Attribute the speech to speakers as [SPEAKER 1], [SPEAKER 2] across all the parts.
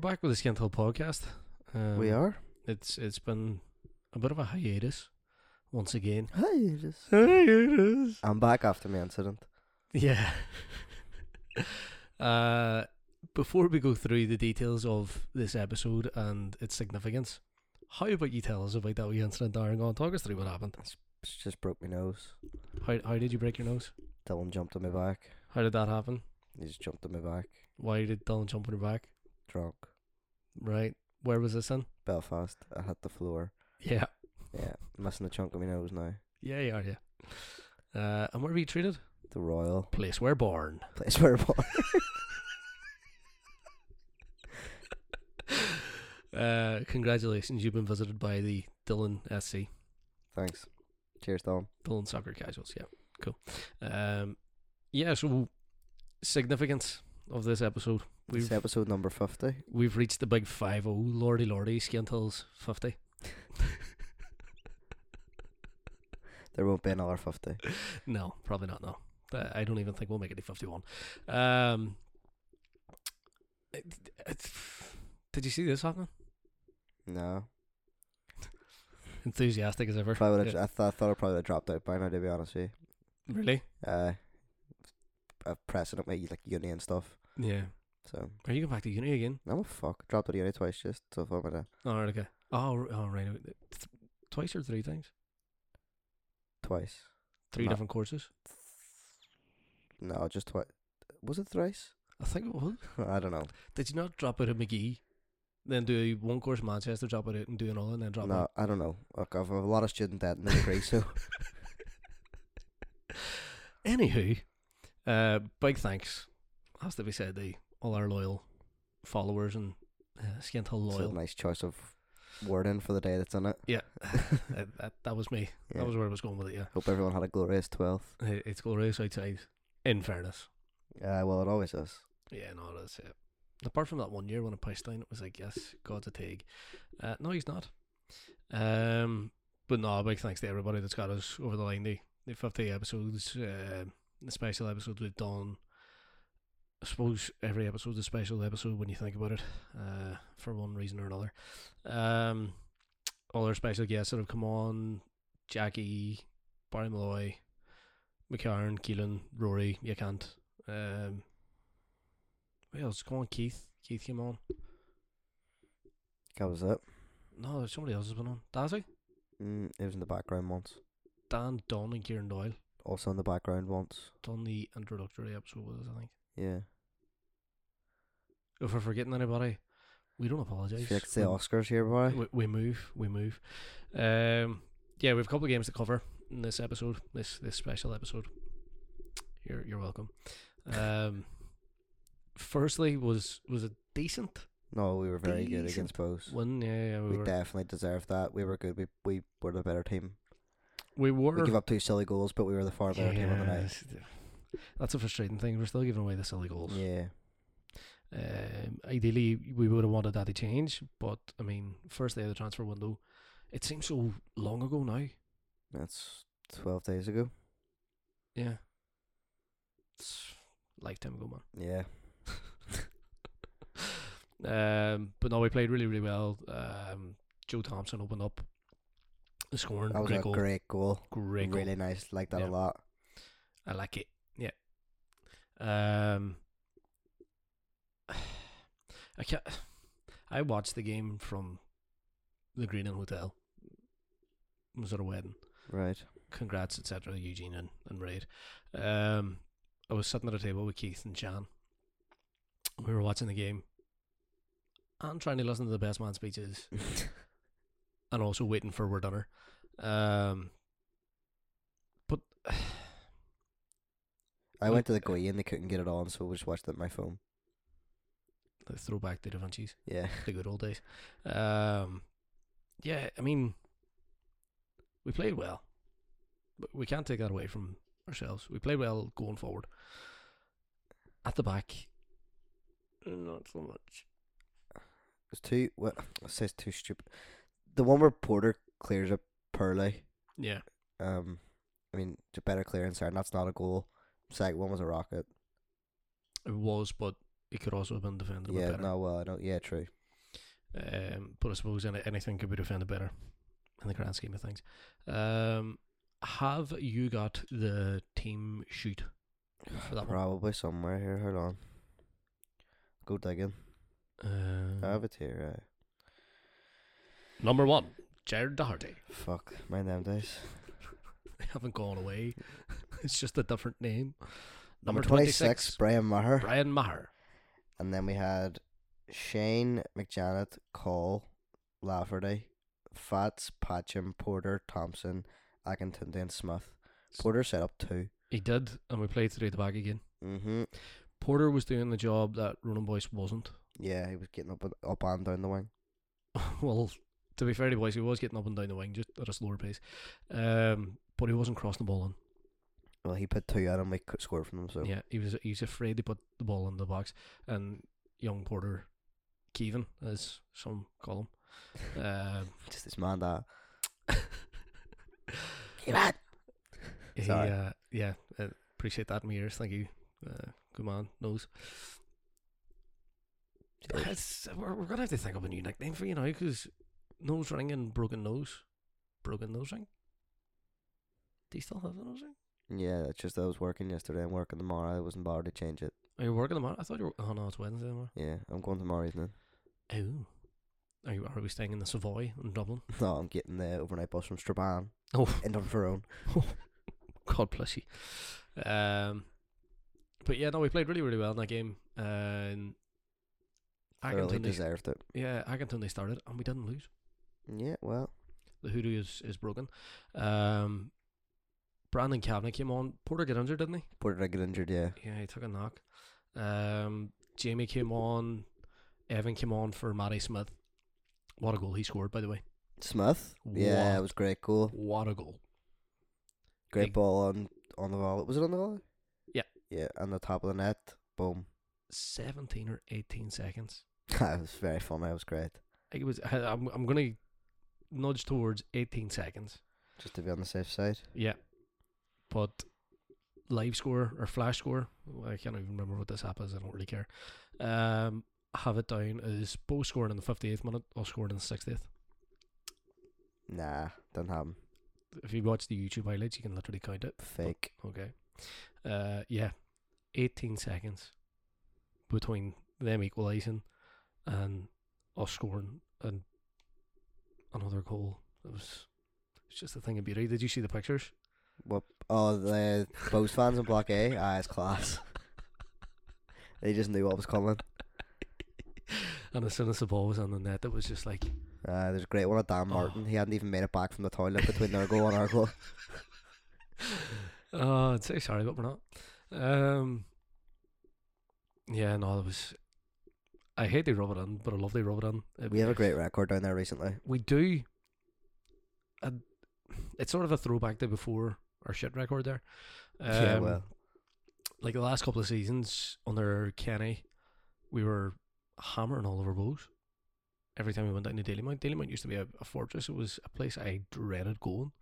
[SPEAKER 1] back with the Skin Hill podcast. Um,
[SPEAKER 2] we are.
[SPEAKER 1] It's it's been a bit of a hiatus once again.
[SPEAKER 2] Hi, it is.
[SPEAKER 1] Hiatus.
[SPEAKER 2] I'm back after my incident.
[SPEAKER 1] Yeah. uh, before we go through the details of this episode and its significance, how about you tell us about that wee incident, Darren? Go on, talk us through what happened.
[SPEAKER 2] It's just broke my nose.
[SPEAKER 1] How how did you break your nose?
[SPEAKER 2] Dylan jumped on my back.
[SPEAKER 1] How did that happen?
[SPEAKER 2] He just jumped on my back.
[SPEAKER 1] Why did Dylan jump on your back?
[SPEAKER 2] Drunk.
[SPEAKER 1] Right. Where was this in?
[SPEAKER 2] Belfast. I hit the floor.
[SPEAKER 1] Yeah.
[SPEAKER 2] Yeah. Missing a chunk of my nose now.
[SPEAKER 1] Yeah, yeah, yeah. Uh, and where were you treated?
[SPEAKER 2] The Royal.
[SPEAKER 1] Place where born.
[SPEAKER 2] Place where I was.
[SPEAKER 1] Uh, congratulations, you've been visited by the Dylan SC,
[SPEAKER 2] Thanks. Cheers, Dylan.
[SPEAKER 1] Dylan Soccer Casuals. Yeah, cool. Um, yeah. So, significance of this episode,
[SPEAKER 2] It's
[SPEAKER 1] we've
[SPEAKER 2] episode number 50.
[SPEAKER 1] we've reached the big five oh. Lordy, lordy, Skintills fifty.
[SPEAKER 2] There won't be another 50.
[SPEAKER 1] No, probably not. No, Uh, I don't even think we'll make it to fifty-one. Um, it- it's- did you see this happening?
[SPEAKER 2] No.
[SPEAKER 1] Enthusiastic as ever.
[SPEAKER 2] Probably would've-
[SPEAKER 1] Yeah.
[SPEAKER 2] I, th- I thought I probably would have dropped out by now, to be honest with
[SPEAKER 1] Really?
[SPEAKER 2] you. Uh, I'm pressing up my like, uni and stuff.
[SPEAKER 1] Yeah.
[SPEAKER 2] So,
[SPEAKER 1] Are you going back to uni again?
[SPEAKER 2] I'm a fuck. Dropped out of uni twice just. So, if I'm gonna.
[SPEAKER 1] Oh, right, okay. Oh, r- oh, right. Th- Twice or three times?
[SPEAKER 2] Twice.
[SPEAKER 1] 3
[SPEAKER 2] Ma-
[SPEAKER 1] different courses.
[SPEAKER 2] No, just twice. Was it thrice?
[SPEAKER 1] I think it was.
[SPEAKER 2] I don't know.
[SPEAKER 1] Did you not drop out of McGee, then do one course in Manchester, drop out and do another, and then drop
[SPEAKER 2] no,
[SPEAKER 1] out?
[SPEAKER 2] I don't know. Look, I've a lot of student debt in the degree, so
[SPEAKER 1] Anywho, uh, big thanks has to be said to all our loyal followers and uh, Skintel
[SPEAKER 2] it's a
[SPEAKER 1] loyal.
[SPEAKER 2] nice choice of wording for the day that's in it.
[SPEAKER 1] Yeah, that, that, that was me.
[SPEAKER 2] Yeah.
[SPEAKER 1] That was where I was going with it. Yeah,
[SPEAKER 2] Hope everyone had a glorious 12th.
[SPEAKER 1] It- it's glorious outside. In fairness,
[SPEAKER 2] Uh, well, it always is.
[SPEAKER 1] yeah, no, that's it. Apart from that one year when I pushed down, it was like, yes, God's a tag. Uh, no, he's not. Um, but no, big thanks to everybody that's got us over the line. The, the 50 episodes, uh, the special episodes we've done. I suppose every episode's a special episode when you think about it, uh, for one reason or another. Um, all our special guests that have come on Jackie, Barry Malloy, McCarran, Keelan, Rory, you can't. Um, who else? Come on, Keith. Keith came on.
[SPEAKER 2] That was it.
[SPEAKER 1] No, there's somebody else has been on. Dazzy?
[SPEAKER 2] Mm, it was in the background once.
[SPEAKER 1] Dan Dunn and Kieran Doyle
[SPEAKER 2] Also in the background once.
[SPEAKER 1] done the introductory episode with us, I think.
[SPEAKER 2] Yeah.
[SPEAKER 1] If we're forgetting anybody, we don't apologise.
[SPEAKER 2] Fix the Oscars here, boy.
[SPEAKER 1] we, we move, we move. Um, yeah, we have a couple of games to cover in this episode, this this special episode. You're you're welcome. Um, firstly, was was a decent
[SPEAKER 2] No, we were very good
[SPEAKER 1] Decent.
[SPEAKER 2] against Bose.
[SPEAKER 1] win. Yeah, yeah, we
[SPEAKER 2] We
[SPEAKER 1] were.
[SPEAKER 2] definitely deserved that. We were good. We we were the better team.
[SPEAKER 1] We were.
[SPEAKER 2] We gave up two silly goals, but we were the far better team on the night.
[SPEAKER 1] Yes. That's a frustrating thing. We're still giving away the silly goals.
[SPEAKER 2] Yeah.
[SPEAKER 1] Um, ideally, we would have wanted that to change, but I mean, first day of the transfer window, it seems so long ago now.
[SPEAKER 2] That's 12 days ago.
[SPEAKER 1] Yeah, it's a lifetime ago,
[SPEAKER 2] Yeah.
[SPEAKER 1] man. Um, but no, we played really, really well. Um, Joe Thompson opened up, scoring
[SPEAKER 2] That was
[SPEAKER 1] great
[SPEAKER 2] a
[SPEAKER 1] goal,
[SPEAKER 2] great goal.
[SPEAKER 1] great goal.
[SPEAKER 2] really nice. Like that
[SPEAKER 1] Yeah.
[SPEAKER 2] a lot.
[SPEAKER 1] I like it. Yeah. Um. I can't. I watched the game from the Green Inn Hotel. I was at a wedding.
[SPEAKER 2] Right.
[SPEAKER 1] Congrats, etc. Eugene and and Raid. Um, I was sitting at a table with Keith and Jan. We were watching the game. And trying to listen to the best man speeches, and also waiting for we're dinner. Um, but
[SPEAKER 2] I went to the Goya and they couldn't get it on, so we just watched it on my phone.
[SPEAKER 1] the throwback to Da Vinci's.
[SPEAKER 2] Yeah.
[SPEAKER 1] the good old days. Um, yeah, I mean, we played well. But we can't take that away from ourselves. We played well going forward. At the back, not so much.
[SPEAKER 2] It's too. What? It says too stupid. The one where Porter clears it poorly.
[SPEAKER 1] Yeah,
[SPEAKER 2] Um, I mean, it's a better clearance there, and that's not a goal. Second one was a rocket.
[SPEAKER 1] it was, but he could also have been defended a bit
[SPEAKER 2] Yeah,
[SPEAKER 1] better.
[SPEAKER 2] no, well, I don't. Yeah, true.
[SPEAKER 1] Um, but I suppose any, anything could be defended better in the grand scheme of things. Um, have you got the team shoot for that one?
[SPEAKER 2] Probably somewhere here. Hold on. Go digging.
[SPEAKER 1] Uh,
[SPEAKER 2] I have it here. Uh,
[SPEAKER 1] number one, Jared Doherty.
[SPEAKER 2] fuck, my damn days.
[SPEAKER 1] They haven't gone away. it's just a different name.
[SPEAKER 2] Number 26, Brian Maher.
[SPEAKER 1] Brian Maher.
[SPEAKER 2] And then we had Shane McJanet, Cole, Lafferty, Fats, Patcham, Porter, Thompson, Akintunde, and Smith. Porter set up two.
[SPEAKER 1] He did, and we played through the back again.
[SPEAKER 2] Mm-hmm.
[SPEAKER 1] Porter was doing the job that Ronan Boyce wasn't.
[SPEAKER 2] Yeah, he was getting up and, up and down the wing.
[SPEAKER 1] well, to be fair to Boyce, he was getting up and down the wing just at a slower pace. Um, but he wasn't crossing the ball in.
[SPEAKER 2] Well, he put two out and we could score from them, so
[SPEAKER 1] Yeah, he was he's afraid to put the ball in the box. And young Porter Keevan, as some call him. uh, Um,
[SPEAKER 2] just this man that.
[SPEAKER 1] he,
[SPEAKER 2] Sorry.
[SPEAKER 1] uh, yeah, uh, appreciate that in my ears. Thank you. Uh, good man, knows. It's, we're we're going to have to think of a new nickname for you now because nose ring and broken nose. Broken nose ring? Do you still have the nose ring?
[SPEAKER 2] Yeah, it's just I was working yesterday and working tomorrow. I wasn't bothered to change it.
[SPEAKER 1] Are you working tomorrow? I thought you were. Oh no, it's Wednesday tomorrow.
[SPEAKER 2] Yeah, I'm going tomorrow evening.
[SPEAKER 1] Oh, are you? Are we staying in the Savoy in Dublin?
[SPEAKER 2] No, I'm getting the overnight bus from Strabane
[SPEAKER 1] Oh,
[SPEAKER 2] in Dunfermline.
[SPEAKER 1] God bless you. Um, but yeah, no, we played really, really well in that game. And
[SPEAKER 2] Thoroughly
[SPEAKER 1] Accrington, they,
[SPEAKER 2] deserved it.
[SPEAKER 1] yeah, Accrington they started and we didn't lose.
[SPEAKER 2] Yeah, well,
[SPEAKER 1] The hoodoo is is broken. Um, Brandon Kavanagh came on. Porter got injured, didn't he?
[SPEAKER 2] Porter did get injured. Yeah,
[SPEAKER 1] Yeah, he took a knock. Um, Jamie came on. Evan came on for Matty Smith. What a goal he scored, by the way.
[SPEAKER 2] Smith. Yeah, it
[SPEAKER 1] What?
[SPEAKER 2] was great goal.
[SPEAKER 1] What a goal.
[SPEAKER 2] Great
[SPEAKER 1] Big-
[SPEAKER 2] ball on on the volley. Was it on the volley?
[SPEAKER 1] Yeah.
[SPEAKER 2] Yeah, on the top of the net. Boom.
[SPEAKER 1] 17 or 18 seconds.
[SPEAKER 2] that was very funny. That was great.
[SPEAKER 1] I think It was. I- I'm. I'm gonna nudge towards 18 seconds.
[SPEAKER 2] Just to be on the safe side.
[SPEAKER 1] Yeah, but live score or flash score. I can't even remember what this app is. I don't really care. Um, have it down as Bo scoring in the 58th minute or scoring in the 60th.
[SPEAKER 2] Nah, don't have him.
[SPEAKER 1] If you watch the YouTube highlights, you can literally count it.
[SPEAKER 2] Fake.
[SPEAKER 1] Okay. Uh, yeah, 18 seconds between them equalising and us scoring and another goal. It was it's just a thing of beauty. Did you see the pictures?
[SPEAKER 2] What? Oh, the Bows fans in Block A. Ah, it's class. They just knew what was coming.
[SPEAKER 1] And as soon as the ball was on the net, it was just like
[SPEAKER 2] Uh, there's a great one at Dan Martin. He hadn't even made it back from the toilet between their goal and our goal.
[SPEAKER 1] Oh, I'd say sorry, but we're not. Um, yeah, no, it was. I hate they rub it in, but I love they rub it in. It-
[SPEAKER 2] We have a great record down there recently.
[SPEAKER 1] we do. A, it's sort of a throwback to before our shit record there. Um,
[SPEAKER 2] yeah, well,
[SPEAKER 1] Like the last couple of seasons under Kenny, we were hammering all over bows. Every time we went down to Daily Mount, Daily Mount used to be a, a fortress. It was a place I dreaded going.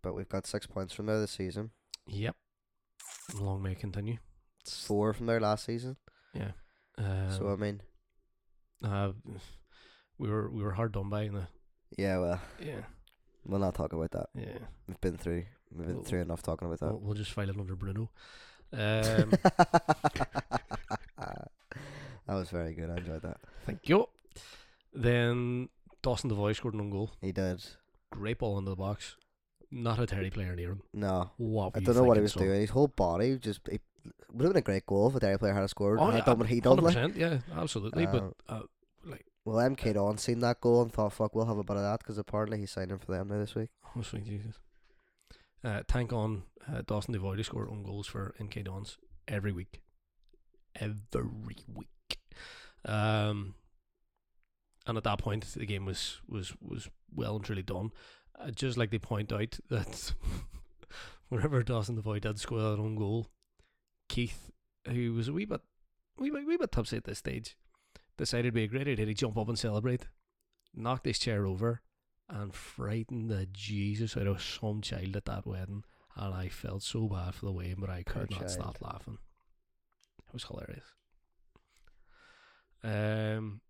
[SPEAKER 2] but we've got six points from there this season.
[SPEAKER 1] Yep. Long may it continue.
[SPEAKER 2] Four from there last season.
[SPEAKER 1] Um,
[SPEAKER 2] so I mean,
[SPEAKER 1] Uh, we were we were hard done by in the
[SPEAKER 2] yeah, well,
[SPEAKER 1] yeah
[SPEAKER 2] we'll not talk about that.
[SPEAKER 1] yeah.
[SPEAKER 2] We've been through. We've been
[SPEAKER 1] Well-
[SPEAKER 2] through enough talking about
[SPEAKER 1] We'll,
[SPEAKER 2] that.
[SPEAKER 1] we'll just file it under Bruno. Um,
[SPEAKER 2] that was very good. I enjoyed that.
[SPEAKER 1] thank you. Then Dawson DeVoy scored an own goal.
[SPEAKER 2] He did.
[SPEAKER 1] Great ball into the box. Not a Terry player near him.
[SPEAKER 2] No,
[SPEAKER 1] What
[SPEAKER 2] I
[SPEAKER 1] were you
[SPEAKER 2] don't know what he
[SPEAKER 1] thinking,
[SPEAKER 2] was
[SPEAKER 1] son?
[SPEAKER 2] doing. His whole body just. It would have been a great goal if a Derry player had scored.
[SPEAKER 1] Oh,
[SPEAKER 2] had
[SPEAKER 1] yeah,
[SPEAKER 2] done what he done. Like.
[SPEAKER 1] 100%, yeah, absolutely.
[SPEAKER 2] Uh,
[SPEAKER 1] but uh, like
[SPEAKER 2] Well, MK Don seen that goal and thought, "Fuck, we'll have a bit of that," because apparently he's signing for them now this week.
[SPEAKER 1] oh sweet Jesus. Uh, tank on uh, Dawson DeVoy to score own goals for NK Dons every week. Every week. Um, and at that point, the game was was was well and truly done. Uh, just like they point out that whenever Dawson DeVoy did score that own goal, Keith, who was a wee bit, wee bit, wee bit tipsy at this stage, decided to be a great idea to jump up and celebrate, knocked his chair over, and frightened the Jesus out of some child at that wedding. And I felt so bad for the way, but I could
[SPEAKER 2] Poor
[SPEAKER 1] not
[SPEAKER 2] child.
[SPEAKER 1] stop laughing. It was hilarious. Um,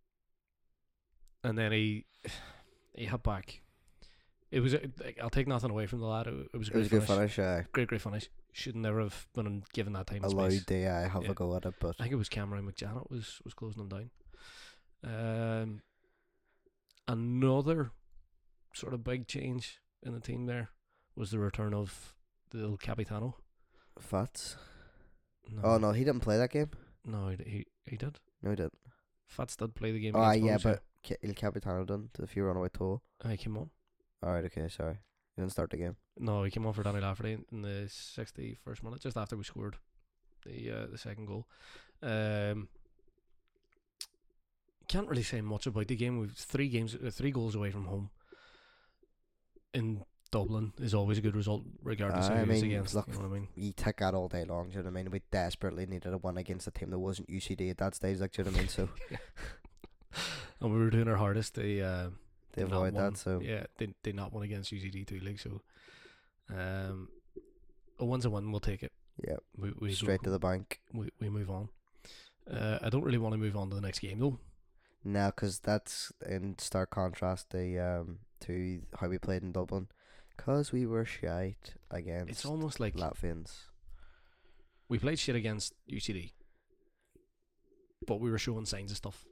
[SPEAKER 1] and then he he hit back. It was a- like, I'll take nothing away from the lad. It, it was a
[SPEAKER 2] It
[SPEAKER 1] great
[SPEAKER 2] was a
[SPEAKER 1] finish.
[SPEAKER 2] good finish. Uh,
[SPEAKER 1] Great, great finish. Should never have been given that time. and
[SPEAKER 2] allowed
[SPEAKER 1] space.
[SPEAKER 2] DI have
[SPEAKER 1] Yeah.
[SPEAKER 2] a go at it, but
[SPEAKER 1] I think it was Cameron McJanet was was closing them down. Um, another sort of big change in the team there was the return of the El Capitano.
[SPEAKER 2] Fats.
[SPEAKER 1] No,
[SPEAKER 2] Oh no, he didn't play that game.
[SPEAKER 1] no, he he, he did.
[SPEAKER 2] No, he didn't.
[SPEAKER 1] Fats did play the game.
[SPEAKER 2] Oh,
[SPEAKER 1] against
[SPEAKER 2] yeah,
[SPEAKER 1] Monza.
[SPEAKER 2] but Ca- Il Capitano didn't. If you run away tall.
[SPEAKER 1] Oh, he came on.
[SPEAKER 2] All right, okay, sorry. He didn't start the game.
[SPEAKER 1] No, he came on for Danny Lafferty in the sixty first minute, just after we scored the uh, the second goal. Um, can't really say much about the game. We've three games, uh, three goals away from home. In Dublin is always a good result, regardless
[SPEAKER 2] I
[SPEAKER 1] of who it's
[SPEAKER 2] mean,
[SPEAKER 1] against.
[SPEAKER 2] look,
[SPEAKER 1] you know what I mean?
[SPEAKER 2] You take that all day long. Do you know what I mean? We desperately needed a win against a team that wasn't UCD at that stage. Like, do you know what I mean? So
[SPEAKER 1] And we were doing our hardest. They uh,
[SPEAKER 2] they
[SPEAKER 1] did not
[SPEAKER 2] avoid
[SPEAKER 1] won.
[SPEAKER 2] that. So
[SPEAKER 1] yeah, they they not won against UCD two league. So, um, a one's a one. We'll take it.
[SPEAKER 2] yeah,
[SPEAKER 1] We, we go-
[SPEAKER 2] straight to the bank.
[SPEAKER 1] we, we move on. Uh, I don't really want to move on to the next game though.
[SPEAKER 2] Now, because that's in stark contrast the um to how we played in Dublin, because we were shite against
[SPEAKER 1] It's almost like
[SPEAKER 2] Latvians.
[SPEAKER 1] we played shit against UCD, but we were showing signs of stuff.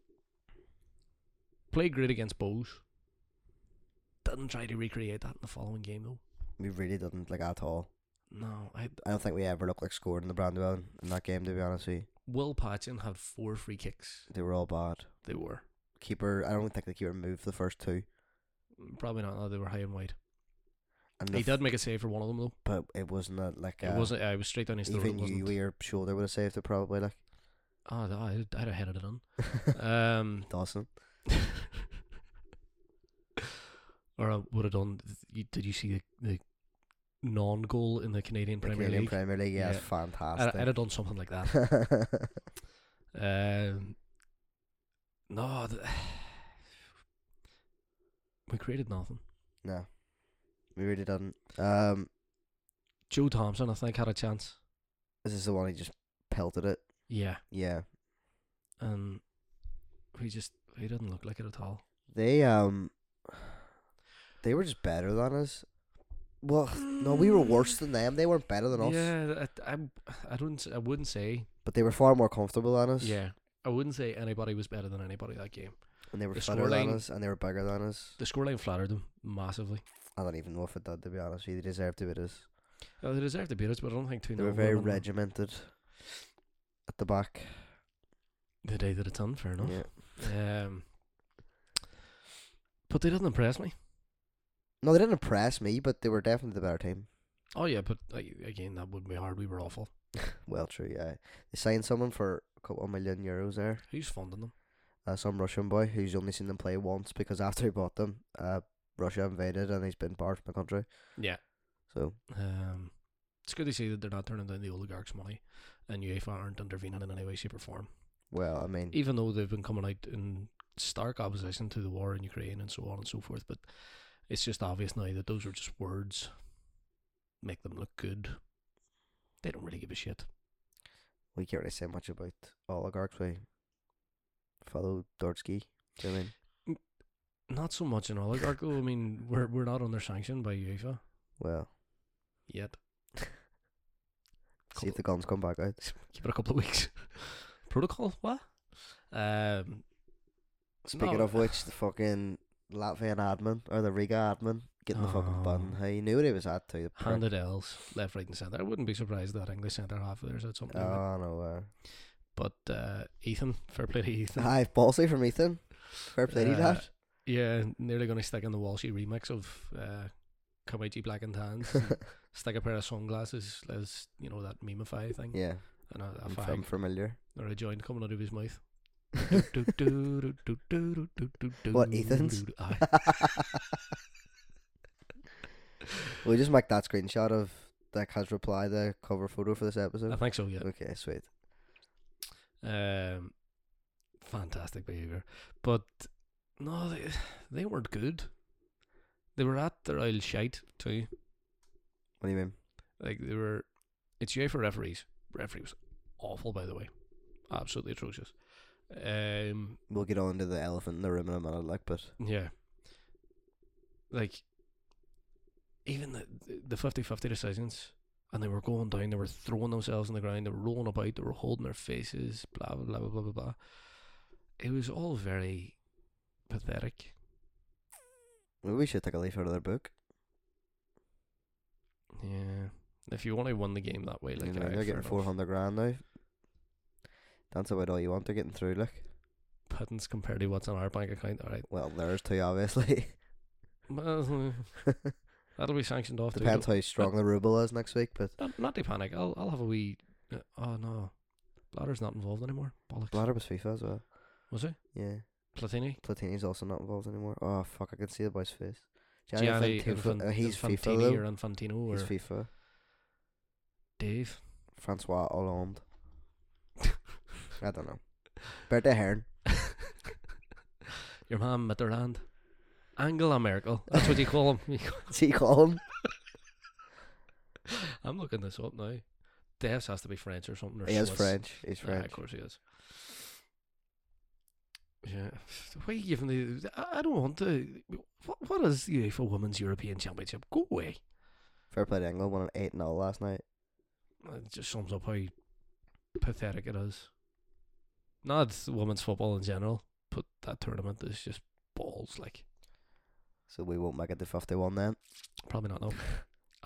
[SPEAKER 1] Played great against Bose. Didn't try to recreate that in the following game though.
[SPEAKER 2] We really didn't like at all.
[SPEAKER 1] No, I
[SPEAKER 2] I don't think we ever looked like scored in the Brandywell in that game. To be honest with you,
[SPEAKER 1] Will Patchen had four free kicks.
[SPEAKER 2] they were all bad.
[SPEAKER 1] They were
[SPEAKER 2] Keeper, I don't think the keeper moved the first two.
[SPEAKER 1] probably not. no, They were high and wide.
[SPEAKER 2] And the
[SPEAKER 1] He
[SPEAKER 2] f-
[SPEAKER 1] did make a save for one of them though.
[SPEAKER 2] but it wasn't a- like
[SPEAKER 1] It
[SPEAKER 2] a-
[SPEAKER 1] wasn't. I was straight down his throat. it
[SPEAKER 2] even you,
[SPEAKER 1] wasn't.
[SPEAKER 2] your shoulder would have saved it probably. Like
[SPEAKER 1] Oh, no, I'd, I'd have headed it in. um,
[SPEAKER 2] Dawson,
[SPEAKER 1] or I would have done. You, did you see the, the non goal in the Canadian
[SPEAKER 2] the
[SPEAKER 1] Premier
[SPEAKER 2] Canadian
[SPEAKER 1] League?
[SPEAKER 2] Premier League, yeah,
[SPEAKER 1] Yeah.
[SPEAKER 2] it's
[SPEAKER 1] I'd, I'd
[SPEAKER 2] fantastic.
[SPEAKER 1] have done something like that. Um, no, th- we created nothing.
[SPEAKER 2] no, we really didn't. Um,
[SPEAKER 1] Joe Thompson, I think, had a chance.
[SPEAKER 2] this is the one he just pelted it.
[SPEAKER 1] Yeah,
[SPEAKER 2] Yeah,
[SPEAKER 1] and we just he didn't look like it at all.
[SPEAKER 2] they um, they were just better than us. Well, no, we were worse than them. They weren't better than us,
[SPEAKER 1] Yeah, I, I'm. I don't. s- I wouldn't say.
[SPEAKER 2] but they were far more comfortable than us.
[SPEAKER 1] Yeah, I wouldn't say anybody was better than anybody that game.
[SPEAKER 2] and they were
[SPEAKER 1] The
[SPEAKER 2] fitter than
[SPEAKER 1] scoreline-
[SPEAKER 2] us, and they were bigger than us.
[SPEAKER 1] The scoreline flattered them massively.
[SPEAKER 2] I don't even know if it did. To be honest, with you. they deserved to beat us.
[SPEAKER 1] Uh, they deserved to beat us, but I don't think two.
[SPEAKER 2] They were very regimented at the back.
[SPEAKER 1] The day that it's on, fair enough.
[SPEAKER 2] Yeah.
[SPEAKER 1] Um, but they didn't impress me.
[SPEAKER 2] No, they didn't impress me, but they were definitely the better team.
[SPEAKER 1] Oh yeah, but like, again, that would be hard. We were awful.
[SPEAKER 2] Well, true, yeah. They signed someone for a couple of million euros there.
[SPEAKER 1] Who's funding them?
[SPEAKER 2] Uh, some Russian boy who's only seen them play once because after he bought them, uh, Russia invaded and he's been barred from the country.
[SPEAKER 1] Yeah.
[SPEAKER 2] So,
[SPEAKER 1] Um, it's good to see that they're not turning down the oligarchs' money, and UEFA aren't intervening in any way, shape, or form.
[SPEAKER 2] well, I mean,
[SPEAKER 1] Even though they've been coming out in stark opposition to the war in Ukraine and so on and so forth, but it's just obvious now that those are just words. Make them look good. They don't really give a shit.
[SPEAKER 2] we can't really say much about oligarchs. We follow Dortsky. Do you know what I mean,
[SPEAKER 1] Not so much an oligarch. though. I mean, we're we're not under sanction by UEFA
[SPEAKER 2] well,
[SPEAKER 1] yet.
[SPEAKER 2] see if the guns come back out.
[SPEAKER 1] Keep it a couple of weeks. Protocol? What? Um,
[SPEAKER 2] Speaking
[SPEAKER 1] No.
[SPEAKER 2] of which, the fucking Latvian admin or the Riga admin getting the fucking bun.
[SPEAKER 1] Oh.
[SPEAKER 2] Hey, he knew what he was at too. The prick.
[SPEAKER 1] handed L's left, right, and centre. I wouldn't be surprised that English centre half of theirs had something. in it.
[SPEAKER 2] Oh no! Uh,
[SPEAKER 1] But uh, Ethan, fair play to Ethan.
[SPEAKER 2] Hi, ballsy from Ethan. Ah, Fair play,
[SPEAKER 1] Uh,
[SPEAKER 2] uh, lad.
[SPEAKER 1] yeah, nearly going to stick in the Walshy remix of uh, Comanche Black and Tans. stick a pair of sunglasses as, you know, that memify thing.
[SPEAKER 2] yeah,
[SPEAKER 1] And a, a
[SPEAKER 2] I'm,
[SPEAKER 1] fag
[SPEAKER 2] I'm familiar.
[SPEAKER 1] or a joint coming out of his mouth. Do, do, do, do, do, do, do, do, do,
[SPEAKER 2] What,
[SPEAKER 1] do,
[SPEAKER 2] Ethan's?
[SPEAKER 1] do, do. Aye.
[SPEAKER 2] we just make that screenshot of that has reply the cover photo for this
[SPEAKER 1] I
[SPEAKER 2] episode.
[SPEAKER 1] think so, yeah.
[SPEAKER 2] Okay, sweet.
[SPEAKER 1] Um, fantastic behavior, but no, they they weren't good. They were at their old shite too.
[SPEAKER 2] What do you mean?
[SPEAKER 1] Like they were, it's UEFA referees. Referee was awful, by the way, absolutely atrocious. Um,
[SPEAKER 2] We'll get on to the elephant in the room in a minute, like, but
[SPEAKER 1] yeah. Like, even the the 50 50 decisions, and they were going down, they were throwing themselves on the ground, they were rolling about, they were holding their faces, blah, blah, blah, blah, blah, blah, blah. It was all very pathetic.
[SPEAKER 2] maybe we should take a leaf out of their book.
[SPEAKER 1] Yeah. If you want to win the game that way, like,
[SPEAKER 2] you know,
[SPEAKER 1] aye,
[SPEAKER 2] they're
[SPEAKER 1] fair
[SPEAKER 2] getting
[SPEAKER 1] enough.
[SPEAKER 2] four hundred grand now. That's about all you want. They're getting through. Look,
[SPEAKER 1] pittance compared to what's on our bank account. All right.
[SPEAKER 2] well, there's two obviously.
[SPEAKER 1] Well, That'll be sanctioned off. too.
[SPEAKER 2] Depends
[SPEAKER 1] Don't-
[SPEAKER 2] how strong the ruble is next week, but
[SPEAKER 1] Not, not to panic. I'll, I'll have a wee. Uh, oh, no. Bladder's not involved anymore. Bollocks.
[SPEAKER 2] Blatter was FIFA as well.
[SPEAKER 1] Was he?
[SPEAKER 2] Yeah,
[SPEAKER 1] Platini?
[SPEAKER 2] Platini's also not involved anymore. Oh fuck, I can see the boy's face. Gianni
[SPEAKER 1] Gianni
[SPEAKER 2] Infantino-
[SPEAKER 1] Infan-
[SPEAKER 2] uh, he's
[SPEAKER 1] Infantini
[SPEAKER 2] FIFA though.
[SPEAKER 1] or Infantino or
[SPEAKER 2] He's FIFA.
[SPEAKER 1] Dave.
[SPEAKER 2] Francois Hollande. I don't know. Bertha Hearn.
[SPEAKER 1] Your man Mitterrand. Angela Merkel. That's what you call him.
[SPEAKER 2] See, call him.
[SPEAKER 1] I'm looking this up now. Devs has to be French or something. Or
[SPEAKER 2] He is
[SPEAKER 1] Swiss.
[SPEAKER 2] French. He's
[SPEAKER 1] Ah,
[SPEAKER 2] French.
[SPEAKER 1] of course he is. Yeah, why are you giving the? I I don't want to. What, what is the UEFA Women's European Championship? Go away.
[SPEAKER 2] Fair play to England. Won an eight 0 last night.
[SPEAKER 1] It just sums up how pathetic it is. Not women's football in general, but that tournament is just balls. Like
[SPEAKER 2] So we won't make it to fifty one then.
[SPEAKER 1] probably not know.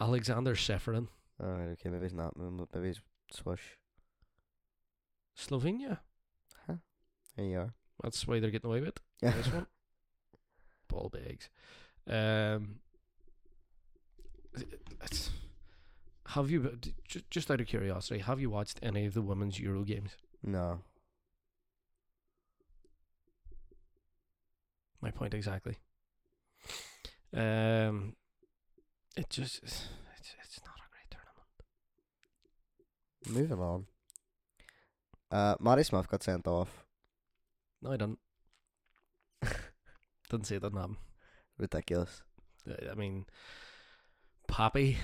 [SPEAKER 1] Alexander Seferin,
[SPEAKER 2] All right. Okay. Maybe he's not. Maybe he's swish.
[SPEAKER 1] Slovenia.
[SPEAKER 2] Here you are.
[SPEAKER 1] That's why they're getting away with it.
[SPEAKER 2] Yeah.
[SPEAKER 1] this one. Ball bags. Um, it's- have you, d- ju- just out of curiosity, have you watched any of the women's Euro games?
[SPEAKER 2] No.
[SPEAKER 1] My point exactly. Um, it just, it's, it's not a great tournament.
[SPEAKER 2] Moving on. Uh, Matty Smith got sent off.
[SPEAKER 1] No, I didn't. didn't say it didn't happen.
[SPEAKER 2] Ridiculous.
[SPEAKER 1] I- I mean, Pappy,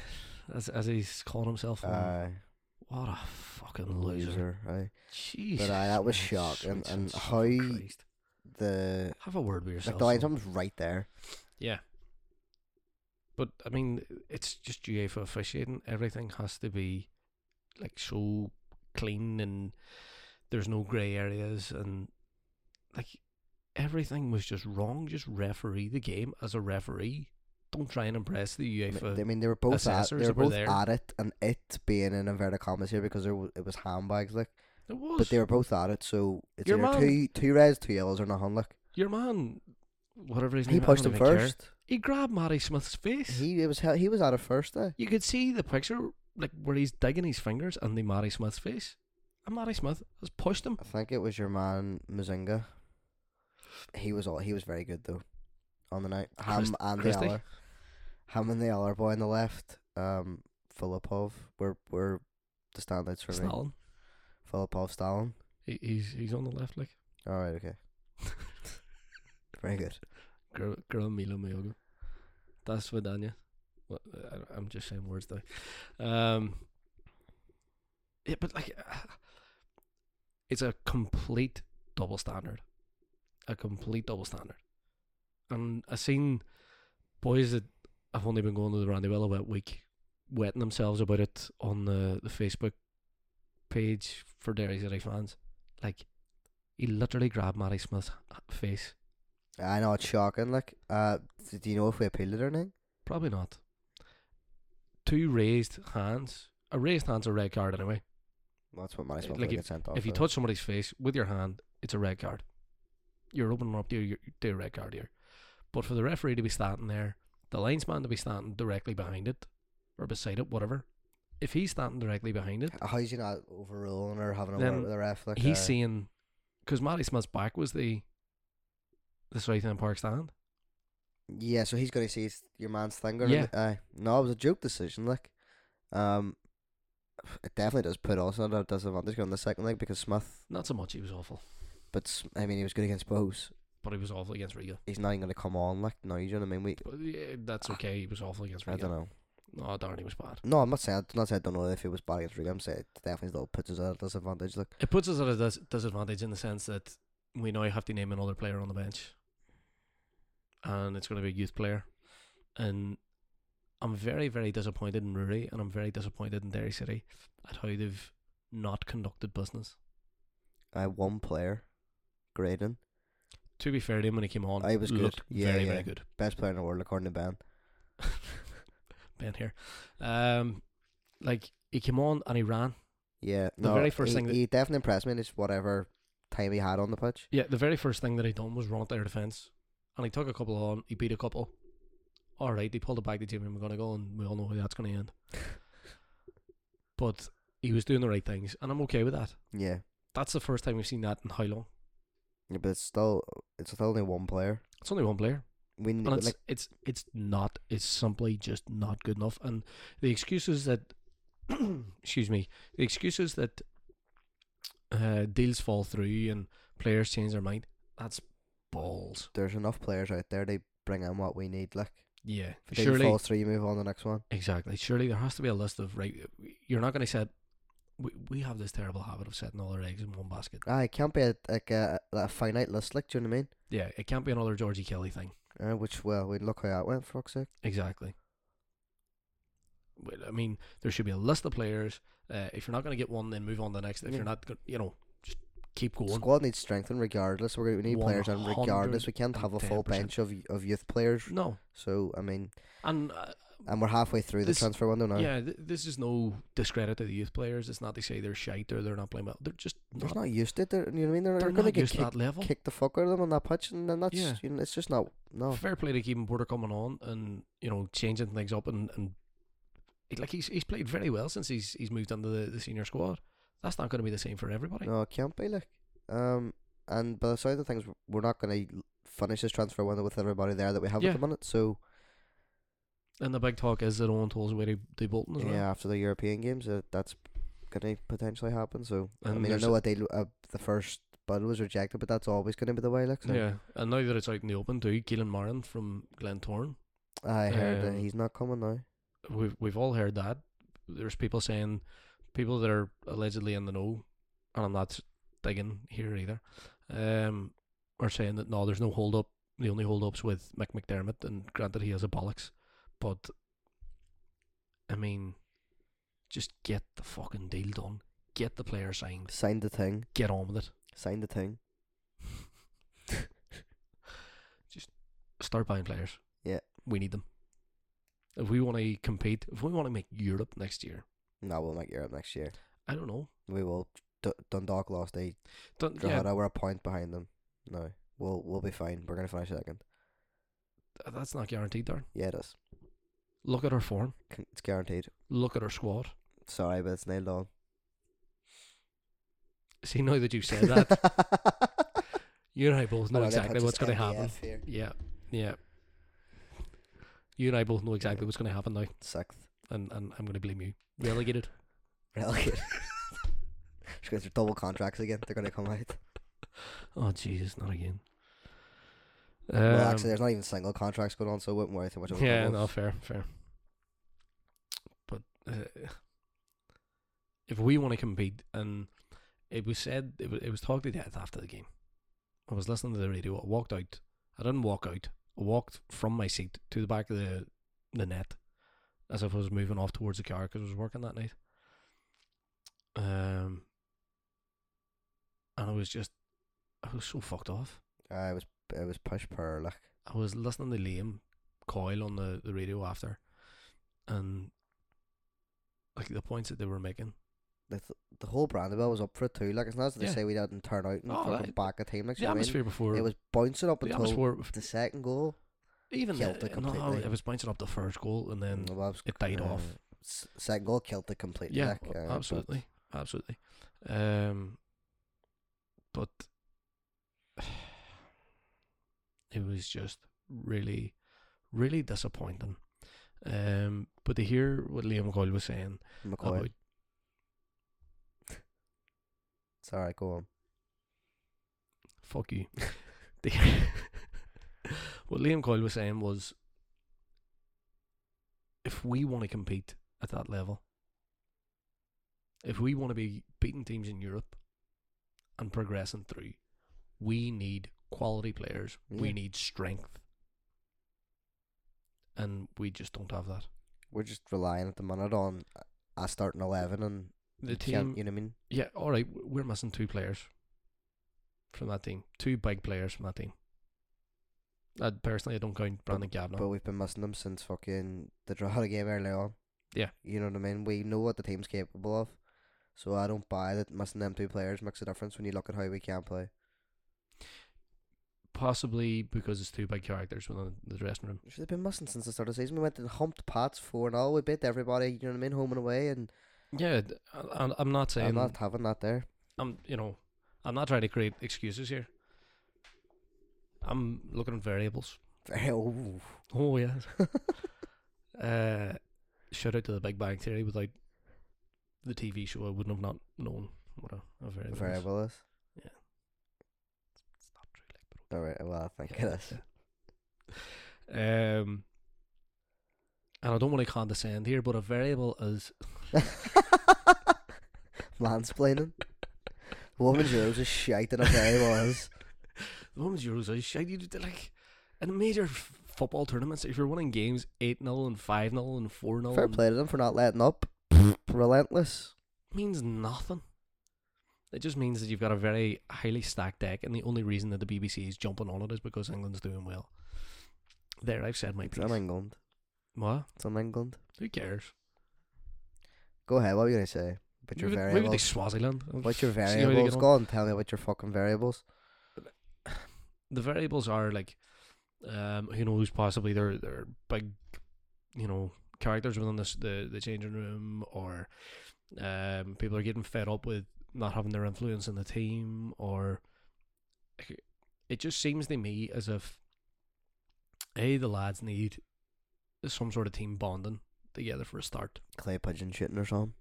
[SPEAKER 1] as, as he's calling himself. um,
[SPEAKER 2] Uh,
[SPEAKER 1] what a fucking loser.
[SPEAKER 2] loser. Aye.
[SPEAKER 1] Jeez.
[SPEAKER 2] uh, that was shock, and- and how- The
[SPEAKER 1] Have a word with yourself.
[SPEAKER 2] like the line
[SPEAKER 1] son.
[SPEAKER 2] something's right there.
[SPEAKER 1] yeah. But I mean, it's just UEFA officiating. Everything has to be like so clean, and there's no grey areas, and like everything was just wrong. Just referee the game as a referee. Don't try and impress the
[SPEAKER 2] I mean-
[SPEAKER 1] UEFA.
[SPEAKER 2] I mean, they were both at,
[SPEAKER 1] assessors
[SPEAKER 2] they were
[SPEAKER 1] that were
[SPEAKER 2] both
[SPEAKER 1] there.
[SPEAKER 2] at it, and it being in inverted commas here because there w- it was handbags like.
[SPEAKER 1] it was
[SPEAKER 2] But they were both at it, so it's
[SPEAKER 1] Your
[SPEAKER 2] either
[SPEAKER 1] man-
[SPEAKER 2] two two reds, two yellows, or nothing. Like
[SPEAKER 1] your man, whatever his name.
[SPEAKER 2] he
[SPEAKER 1] I
[SPEAKER 2] pushed
[SPEAKER 1] don't
[SPEAKER 2] him
[SPEAKER 1] even care.
[SPEAKER 2] first.
[SPEAKER 1] He grabbed Matty Smith's face.
[SPEAKER 2] He it was he he was at it first. eh? Though.
[SPEAKER 1] You could see the picture, like where he's digging his fingers and the Matty Smith's face. And Matty Smith has pushed him.
[SPEAKER 2] I think it was your man Mazinga. He was all he was very good though, on the night. Ham
[SPEAKER 1] Christ-
[SPEAKER 2] and
[SPEAKER 1] Christie?
[SPEAKER 2] the other, Ham and the other boy on the left. Um, Filipov were were the standouts for me.
[SPEAKER 1] Stalin.
[SPEAKER 2] Filipov, Stalin.
[SPEAKER 1] He, he's he's on the left, like
[SPEAKER 2] All right, okay, very good.
[SPEAKER 1] girl, girl Milo Mayogo. That's Vidania. Well, I- I'm just saying words though. Um, yeah, but like, it's a complete double standard. A complete double standard. And I've seen boys that have only been going to the Randy Willow wet week wetting themselves about it on the, the Facebook page for Derry City fans. Like, he literally grabbed Matty Smith's face.
[SPEAKER 2] I know it's shocking. Like, uh, d- do you know if we appealed it or not?
[SPEAKER 1] Probably not. Two raised hands. A raised hand's a red card anyway.
[SPEAKER 2] That's what Matty
[SPEAKER 1] Uh,
[SPEAKER 2] Smith
[SPEAKER 1] like,
[SPEAKER 2] would get sent off. eh?
[SPEAKER 1] if you
[SPEAKER 2] for.
[SPEAKER 1] touch somebody's face with your hand, it's a red card. You're opening up to your, to your red card here. But for the referee to be standing there, the linesman to be standing directly behind it or beside it, whatever. If he's standing directly behind it,
[SPEAKER 2] how's he not overruling or having a
[SPEAKER 1] Then
[SPEAKER 2] word with the ref? Like,
[SPEAKER 1] he's
[SPEAKER 2] uh,
[SPEAKER 1] seeing because Matty Smith's back was the the South End Park stand.
[SPEAKER 2] Yeah, so he's gonna see his- your man's finger. in
[SPEAKER 1] Yeah.
[SPEAKER 2] the- Aye. no, it was a joke decision. Like, um, it definitely does put us at a disadvantage on the second leg because Smith.
[SPEAKER 1] Not so much he was awful,
[SPEAKER 2] But S- I mean, he was good against Bose.
[SPEAKER 1] but he was awful against Riga.
[SPEAKER 2] He's not even gonna come on. Like, no, you know what I mean? We,
[SPEAKER 1] But yeah, that's okay. He was awful against
[SPEAKER 2] Ah. I
[SPEAKER 1] Riga.
[SPEAKER 2] don't know.
[SPEAKER 1] No, Darnie was bad.
[SPEAKER 2] No, I'm not saying. I'm not saying I don't know if it was bad against Riga. I'm saying it definitely still puts us at a disadvantage. Like,
[SPEAKER 1] It puts us at a dis- disadvantage in the sense that we now have to name another player on the bench, and it's going to be a youth player, and I'm very very disappointed in Rooney, and I'm very disappointed in Derry City at how they've not conducted business.
[SPEAKER 2] I had one player, Graydon,
[SPEAKER 1] To be fair to him, when he came on,
[SPEAKER 2] I was good.
[SPEAKER 1] looked
[SPEAKER 2] Yeah,
[SPEAKER 1] very
[SPEAKER 2] yeah.
[SPEAKER 1] very good.
[SPEAKER 2] best player in the world according to Ben.
[SPEAKER 1] Ben here, um, like he came on and he ran.
[SPEAKER 2] Yeah,
[SPEAKER 1] The
[SPEAKER 2] no,
[SPEAKER 1] very first
[SPEAKER 2] he,
[SPEAKER 1] thing that-
[SPEAKER 2] he definitely impressed me. Is whatever time he had on the pitch.
[SPEAKER 1] Yeah, the very first thing that he done was run their defence. And he took a couple on, he beat a couple. Alright, he pulled it back to Jamie McGonagall and we all know how that's gonna end. but he was doing the right things, and I'm okay with that.
[SPEAKER 2] Yeah,
[SPEAKER 1] That's the first time we've seen that in how long?
[SPEAKER 2] yeah but it's still it's still only one player.
[SPEAKER 1] It's only one player.
[SPEAKER 2] We need,
[SPEAKER 1] And it's
[SPEAKER 2] like
[SPEAKER 1] it's it's not it's simply just not good enough. And the excuses that excuse me, the excuses that uh, deals fall through and players change their mind, that's balls.
[SPEAKER 2] there's enough players out there. They bring in what we need. Like
[SPEAKER 1] Yeah.
[SPEAKER 2] if they fall three, you move on to the next one.
[SPEAKER 1] Exactly. Surely there has to be a list of right. You're not going to set. We, we have this terrible habit of setting all our eggs in one basket.
[SPEAKER 2] Ah, it can't be a, like a, a finite list. Like, do you know what I mean?
[SPEAKER 1] Yeah, it can't be another Georgie Kelly thing.
[SPEAKER 2] Uh, which well, we look how that went. For fuck's sake.
[SPEAKER 1] Exactly. But, I mean, there should be a list of players. Uh, if you're not going to get one, then move on to the next. If
[SPEAKER 2] Yeah.
[SPEAKER 1] you're not, go- you know, just keep going.
[SPEAKER 2] Squad needs strengthen regardless. We're, we need players in regardless. We can't have a full
[SPEAKER 1] 110%.
[SPEAKER 2] bench of of youth players.
[SPEAKER 1] No,
[SPEAKER 2] So I mean,
[SPEAKER 1] and uh,
[SPEAKER 2] and we're halfway through the
[SPEAKER 1] This-
[SPEAKER 2] transfer window now.
[SPEAKER 1] yeah, th- this is no discredit to the youth players. It's not to say they're shite or they're not playing well. They're just
[SPEAKER 2] They're
[SPEAKER 1] not.
[SPEAKER 2] not used to it. They're, you know what I mean? They're,
[SPEAKER 1] they're
[SPEAKER 2] gonna
[SPEAKER 1] not
[SPEAKER 2] get
[SPEAKER 1] used to
[SPEAKER 2] kicked,
[SPEAKER 1] that level.
[SPEAKER 2] kicked the fuck out of them on that pitch, and then that's
[SPEAKER 1] Yeah.
[SPEAKER 2] you know, it's just not no.
[SPEAKER 1] fair play to Keegan Porter coming on and you know changing things up and and it- like he's he's played very well since he's he's moved into the, the senior squad. That's not going to be the same for everybody.
[SPEAKER 2] No, it can't be like. Um, and by the side of things, we're not gonna l- finish this transfer window with everybody there that we have
[SPEAKER 1] Yeah.
[SPEAKER 2] at the minute. So
[SPEAKER 1] And the big talk is that Owen Toll's away to, to Bolton as
[SPEAKER 2] yeah,
[SPEAKER 1] well.
[SPEAKER 2] after the European games, uh, that's gonna potentially happen. So I
[SPEAKER 1] And
[SPEAKER 2] mean, I
[SPEAKER 1] there's
[SPEAKER 2] know
[SPEAKER 1] a-
[SPEAKER 2] what they l- uh, the first bid was rejected, but that's always gonna be the way. Like, so
[SPEAKER 1] Yeah, and now that it's out in the open too, Keelan Marin from Glentorn,
[SPEAKER 2] I heard that
[SPEAKER 1] Um,
[SPEAKER 2] he's not coming now.
[SPEAKER 1] we've we've all heard that. There's people saying, people that are allegedly in the know, and I'm not digging here either, um, are saying that no, there's no hold up. The only hold ups with Mick McDermott, and granted he has a bollocks, but I mean, just get the fucking deal done. Get the player signed.
[SPEAKER 2] Signed the thing.
[SPEAKER 1] Get on with it.
[SPEAKER 2] Signed the thing.
[SPEAKER 1] Start buying players.
[SPEAKER 2] Yeah.
[SPEAKER 1] we need them. If we want to compete, if we want to make Europe next year,
[SPEAKER 2] No, we'll make Europe next year.
[SPEAKER 1] I don't know.
[SPEAKER 2] We will. D- Dundalk lost eight.
[SPEAKER 1] Don't, yeah,
[SPEAKER 2] Drogheda, we're a point behind them. No, we'll we'll be fine. We're gonna finish second.
[SPEAKER 1] that's not guaranteed, Darren.
[SPEAKER 2] Yeah, it is.
[SPEAKER 1] Look at our form.
[SPEAKER 2] Con- It's guaranteed.
[SPEAKER 1] Look at our squad.
[SPEAKER 2] Sorry, but it's nailed on.
[SPEAKER 1] See, now that you've said that, you and I both know
[SPEAKER 2] Oh, that
[SPEAKER 1] exactly
[SPEAKER 2] puts
[SPEAKER 1] what's
[SPEAKER 2] us
[SPEAKER 1] going to happen.
[SPEAKER 2] MDF here.
[SPEAKER 1] Yeah, yeah. You and I both know exactly what's going to happen now,
[SPEAKER 2] Sixth.
[SPEAKER 1] and, and I'm going to blame you. Relegated.
[SPEAKER 2] Relegated. Just going through double contracts again. They're gonna come out.
[SPEAKER 1] Oh, Jesus, not again.
[SPEAKER 2] well,
[SPEAKER 1] Um,
[SPEAKER 2] actually, there's not even single contracts going on, so I wouldn't worry too much about
[SPEAKER 1] yeah, no,
[SPEAKER 2] doubles.
[SPEAKER 1] fair, fair. But uh, if we want to compete, and it was said, it was, it was talked to death after the game. I was listening to the radio. I walked out. I didn't walk out. I walked from my seat to the back of the the net, as if I was moving off towards the car because I was working that night. Um, and I was just, I was so fucked off.
[SPEAKER 2] I Uh, was I was push per like
[SPEAKER 1] I was listening to Liam Coyle on the, the radio after, and like the points that they were making.
[SPEAKER 2] the, th- the whole Brandywell was up for it too. Like it's not as if they
[SPEAKER 1] Yeah.
[SPEAKER 2] say we didn't turn out and
[SPEAKER 1] Oh,
[SPEAKER 2] fucking
[SPEAKER 1] that-
[SPEAKER 2] back a team. Like
[SPEAKER 1] The
[SPEAKER 2] so I mean,
[SPEAKER 1] atmosphere before
[SPEAKER 2] it was bouncing up
[SPEAKER 1] the
[SPEAKER 2] until
[SPEAKER 1] atmosphere
[SPEAKER 2] the second goal.
[SPEAKER 1] even
[SPEAKER 2] killed
[SPEAKER 1] the,
[SPEAKER 2] it
[SPEAKER 1] no,
[SPEAKER 2] completely.
[SPEAKER 1] it was bouncing up the first goal and then
[SPEAKER 2] Mm, well, that was
[SPEAKER 1] it died
[SPEAKER 2] uh,
[SPEAKER 1] off.
[SPEAKER 2] s- Second goal killed it completely.
[SPEAKER 1] Yeah,
[SPEAKER 2] like,
[SPEAKER 1] a-
[SPEAKER 2] uh, but
[SPEAKER 1] absolutely, absolutely. Um, but it was just really, really disappointing. Um, but to hear what Liam Coyle was saying
[SPEAKER 2] McCoy.
[SPEAKER 1] about
[SPEAKER 2] It's all right. Go on.
[SPEAKER 1] fuck you. The- what Liam Coyle was saying was if we want to compete at that level, if we want to be beating teams in Europe and progressing through, We need quality players. We
[SPEAKER 2] Yeah.
[SPEAKER 1] need strength. And we just don't have that.
[SPEAKER 2] We're just relying at the minute on I starting eleven and
[SPEAKER 1] The
[SPEAKER 2] you
[SPEAKER 1] team,
[SPEAKER 2] can't- you know what I mean?
[SPEAKER 1] yeah, all right, w- we're missing two players from that team. Two big players from that team. I personally I don't count Brandon Gavin.
[SPEAKER 2] But we've been missing them since fucking the draw the game early on.
[SPEAKER 1] Yeah.
[SPEAKER 2] You know what I mean? We know what the team's capable of. So I don't buy that missing them two players makes a difference when you look at how we can play.
[SPEAKER 1] Possibly because it's two big characters within the dressing room.
[SPEAKER 2] We should have been missing since the start of the season. We went and humped Pats four and all. We beat everybody, you know what I mean, home and away and
[SPEAKER 1] Yeah, d- I, I'm not saying
[SPEAKER 2] I'm not having that there.
[SPEAKER 1] I'm you know, I'm not trying to create excuses here. I'm looking at variables.
[SPEAKER 2] oh,
[SPEAKER 1] Oh yeah. uh, shout out to the Big Bang Theory. Without the TV show, I wouldn't have not known what a, a variable. is.
[SPEAKER 2] variable is.
[SPEAKER 1] It's not true, like,
[SPEAKER 2] All right, well, I think it is.
[SPEAKER 1] but okay. Um, and I don't want to condescend here, but a variable is
[SPEAKER 2] Mansplaining. Woman's Euros is shite and a variable is.
[SPEAKER 1] the women's Euros is shite. You "Oh, do- like in major f- football tournaments, if you're winning games eight 0 and five 0 and four 0
[SPEAKER 2] Fair play to them for not letting up. Relentless.
[SPEAKER 1] means nothing. It just means that you've got a very highly stacked deck, and the only reason that the BBC is jumping on it is because England's doing well. There, I've said my
[SPEAKER 2] It's
[SPEAKER 1] piece.
[SPEAKER 2] in England.
[SPEAKER 1] What?
[SPEAKER 2] It's in England.
[SPEAKER 1] Who cares?
[SPEAKER 2] Go ahead, what were you going to say? About your
[SPEAKER 1] Maybe- Maybe they
[SPEAKER 2] variables.
[SPEAKER 1] Swaziland.
[SPEAKER 2] What's your
[SPEAKER 1] See how they get
[SPEAKER 2] variables?
[SPEAKER 1] on.
[SPEAKER 2] Go and tell me about your fucking variables.
[SPEAKER 1] the variables are like um who knows possibly they're they're big you know characters within this the the changing room or um people are getting fed up with not having their influence in the team or it just seems to me as if a the lads need some sort of team bonding together for a start
[SPEAKER 2] Clay pigeon shooting or something.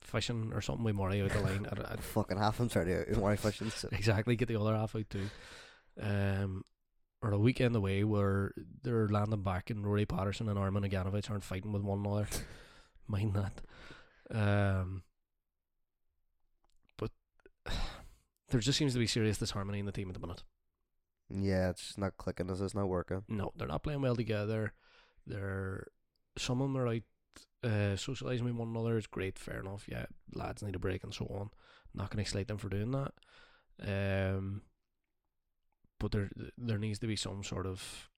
[SPEAKER 1] fishing or something with Murray out the line I, I,
[SPEAKER 2] Fucking half and 30 out. More fishing.
[SPEAKER 1] Exactly, get the other half out too. Um, or a weekend away where they're landing back and Rory Patterson and Armin Aganovic aren't fighting with one another. Mind that. Um, but there just seems to be serious disharmony in the team at the minute.
[SPEAKER 2] Yeah, it's just not clicking. This is not working.
[SPEAKER 1] No, they're not playing well together. They're some of them are out uh, socializing with one another. It's great, fair enough. Yeah, lads need a break and so on. Not going to slate them for doing that. Um, but there there needs to be some sort of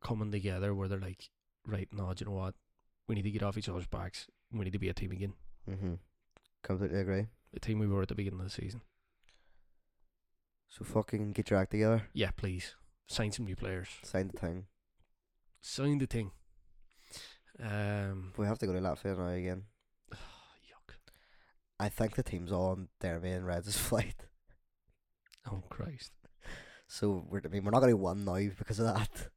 [SPEAKER 1] coming together where they're like, right, no, do you know what? We need to get off each other's backs. We need to be a team again.
[SPEAKER 2] Mm-hmm. Completely agree.
[SPEAKER 1] The team we were at the beginning of the season.
[SPEAKER 2] So fucking get your act together.
[SPEAKER 1] Yeah, please sign some new players.
[SPEAKER 2] Sign the thing.
[SPEAKER 1] Sign the thing. Um,
[SPEAKER 2] We have to go to Latvia now again.
[SPEAKER 1] yuck.
[SPEAKER 2] I think the team's all on Derby and Reds' flight.
[SPEAKER 1] Oh Christ.
[SPEAKER 2] So we're, I mean, we're not going to win now because of that.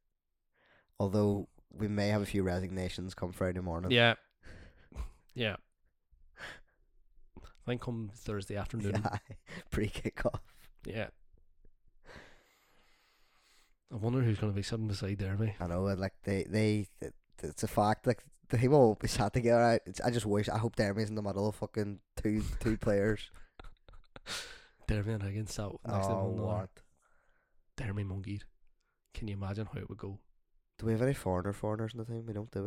[SPEAKER 2] Although we may have a few resignations come Friday morning.
[SPEAKER 1] Yeah. Yeah. I think come Thursday afternoon.
[SPEAKER 2] yeah pre kick off.
[SPEAKER 1] Yeah. I wonder who's going to be sitting beside Derby.
[SPEAKER 2] I know, and, like they, they, it- it's a fact. Like the team will be sat together. I, it's, I just wish. I hope Derby's in the middle of fucking two two players.
[SPEAKER 1] Derby and Higgins sat next to
[SPEAKER 2] oh,
[SPEAKER 1] one another.
[SPEAKER 2] what?
[SPEAKER 1] Derby monkeyed. Can you imagine how it would go?
[SPEAKER 2] Do we have any foreigner foreigners in the team? We don't, do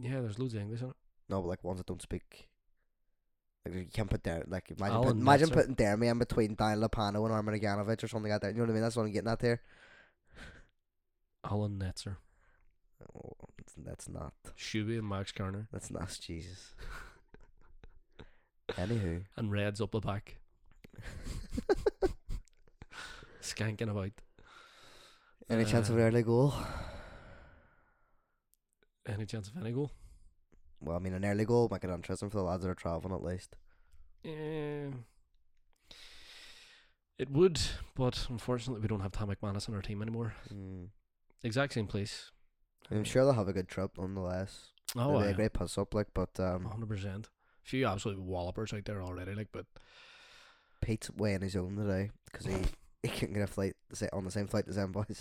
[SPEAKER 2] we?
[SPEAKER 1] Yeah, there's loads of English in it.
[SPEAKER 2] No, but like ones that don't speak. Like you can't put Derby. Like imagine,
[SPEAKER 1] Alan
[SPEAKER 2] put, imagine
[SPEAKER 1] Netzer.
[SPEAKER 2] putting Derby in between Dan Lapano and Armin Janovic or something like that. You know what I mean? That's what I'm getting at there.
[SPEAKER 1] Alan Netzer,
[SPEAKER 2] Oh, that's- that's not.
[SPEAKER 1] Shuby and Max Garner,
[SPEAKER 2] That's not Jesus. Anywho,
[SPEAKER 1] and Reds up the back, skanking about.
[SPEAKER 2] any chance of an
[SPEAKER 1] Uh,
[SPEAKER 2] early goal?
[SPEAKER 1] Any chance of any goal?
[SPEAKER 2] Well, I mean, an early goal might get interesting for the lads that are traveling at least.
[SPEAKER 1] Yeah. Um, It would, but unfortunately, we don't have Tom McManus on our team anymore.
[SPEAKER 2] Mm.
[SPEAKER 1] Exact same place.
[SPEAKER 2] I'm sure they'll have a good trip nonetheless.
[SPEAKER 1] Hmm. Oh,
[SPEAKER 2] They'll be
[SPEAKER 1] aye,
[SPEAKER 2] a great pass up, like, but um,
[SPEAKER 1] 100%. Few absolute wallopers out there already, like, but
[SPEAKER 2] Pete's way on his own today because he he couldn't get a flight the sa- on the same flight as them boys.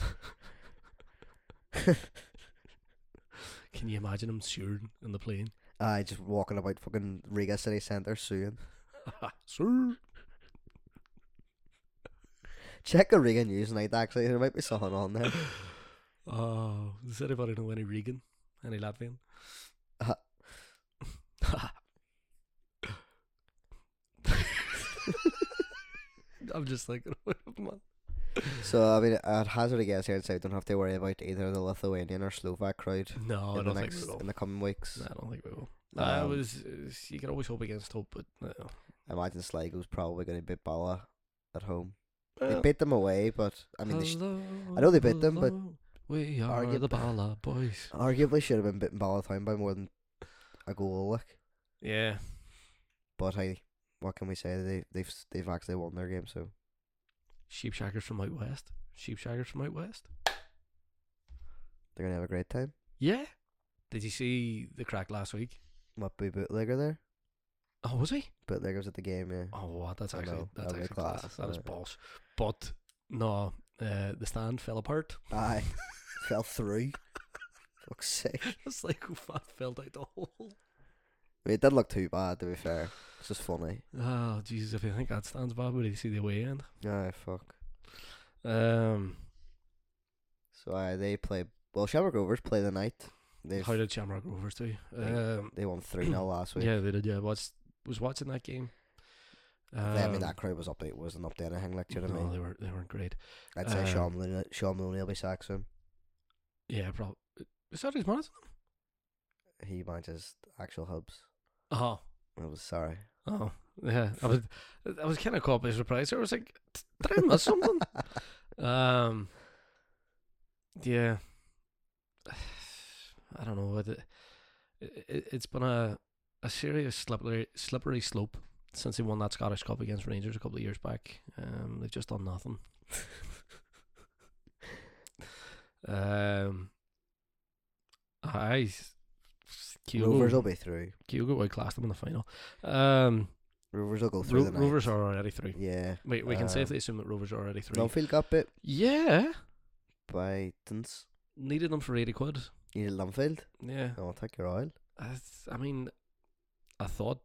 [SPEAKER 1] can you imagine him suing in the plane?
[SPEAKER 2] I just walking about fucking Riga city centre soon.
[SPEAKER 1] Sir!
[SPEAKER 2] Check the Reagan Newsnight, actually. There might be something on there.
[SPEAKER 1] Oh, does anybody know any Regan? Any Latvian?
[SPEAKER 2] Uh.
[SPEAKER 1] I'm just thinking, what a man.
[SPEAKER 2] So, I mean, I'd hazard a guess here and say we don't have to worry about either the Lithuanian or Slovak crowd
[SPEAKER 1] No, Oh, I
[SPEAKER 2] in, the
[SPEAKER 1] don't think we
[SPEAKER 2] next,
[SPEAKER 1] will.
[SPEAKER 2] in the coming weeks.
[SPEAKER 1] No, I don't think we will. I
[SPEAKER 2] Um,
[SPEAKER 1] was, it's- you can always hope against hope, but uh, no.
[SPEAKER 2] I imagine Sligo's probably going to beat Bala at home.
[SPEAKER 1] Uh,
[SPEAKER 2] They beat them away, but I mean, they sh-
[SPEAKER 1] hello,
[SPEAKER 2] I know they beat them, but
[SPEAKER 1] hello, we are
[SPEAKER 2] argue-
[SPEAKER 1] the Bala boys.
[SPEAKER 2] arguably should have been beaten Bala Town by more than a goal, like.
[SPEAKER 1] Yeah,
[SPEAKER 2] But hey, what can we say? They they've s- they've actually won their game, so
[SPEAKER 1] sheep shaggers from out west. Sheep shaggers from out west.
[SPEAKER 2] they're gonna have a great time.
[SPEAKER 1] Yeah. Did you see the crack last week?
[SPEAKER 2] What be bootlegger there?
[SPEAKER 1] Oh, was he?
[SPEAKER 2] Bootleggers at the game, yeah.
[SPEAKER 1] Oh, wow, that's
[SPEAKER 2] I
[SPEAKER 1] actually
[SPEAKER 2] know,
[SPEAKER 1] that's
[SPEAKER 2] that'd be
[SPEAKER 1] actually class.
[SPEAKER 2] class, uh,
[SPEAKER 1] That is
[SPEAKER 2] yeah.
[SPEAKER 1] boss. But no, uh, the stand fell apart.
[SPEAKER 2] Aye, fell through. Fuck's sake.
[SPEAKER 1] It's like who fat fell out the hole.
[SPEAKER 2] I mean, it didn't look too bad, to be fair. It's just funny.
[SPEAKER 1] Oh Jesus! If you think that stands bad, would you see the way end?
[SPEAKER 2] Aye, fuck.
[SPEAKER 1] Um,
[SPEAKER 2] So aye, they play. Well, Shamrock Rovers play the night. They
[SPEAKER 1] how did Shamrock Rovers do?
[SPEAKER 2] They-
[SPEAKER 1] Um,
[SPEAKER 2] they won three 0 last week.
[SPEAKER 1] yeah, they did. Yeah, watched was watching that game.
[SPEAKER 2] They- I mean,
[SPEAKER 1] Um,
[SPEAKER 2] that crowd was up. It wasn't up to anything. Like, do you know what I
[SPEAKER 1] no,
[SPEAKER 2] mean?
[SPEAKER 1] they weren't. They weren't great.
[SPEAKER 2] I'd say
[SPEAKER 1] uh,
[SPEAKER 2] Sean Maloney, Sean Maloney will be sacked soon.
[SPEAKER 1] Yeah, probably. Is that his manager?
[SPEAKER 2] He manages actual hubs.
[SPEAKER 1] Oh,
[SPEAKER 2] I was sorry.
[SPEAKER 1] oh, yeah. I was, I was kind of caught by surprise. I was like, did I miss something? Um. Yeah. I don't know what it, it. It's been a a serious slippery slippery slope since they won that Scottish Cup against Rangers a couple of years back. Um, they've just done nothing. um. I.
[SPEAKER 2] Rovers will
[SPEAKER 1] Kyogo,
[SPEAKER 2] be through.
[SPEAKER 1] Kyogo outclassed them in the final. Um,
[SPEAKER 2] Rovers will go through
[SPEAKER 1] Ro-
[SPEAKER 2] the night.
[SPEAKER 1] Rovers are already three.
[SPEAKER 2] Yeah.
[SPEAKER 1] Wait, we can
[SPEAKER 2] um,
[SPEAKER 1] safely assume that Rovers are already three.
[SPEAKER 2] Dunfield got bit
[SPEAKER 1] Yeah,
[SPEAKER 2] by Dunce.
[SPEAKER 1] needed them for eighty quid.
[SPEAKER 2] You need Dunfield?
[SPEAKER 1] Yeah,
[SPEAKER 2] No, I'll take your oil.
[SPEAKER 1] I, th- I mean, I thought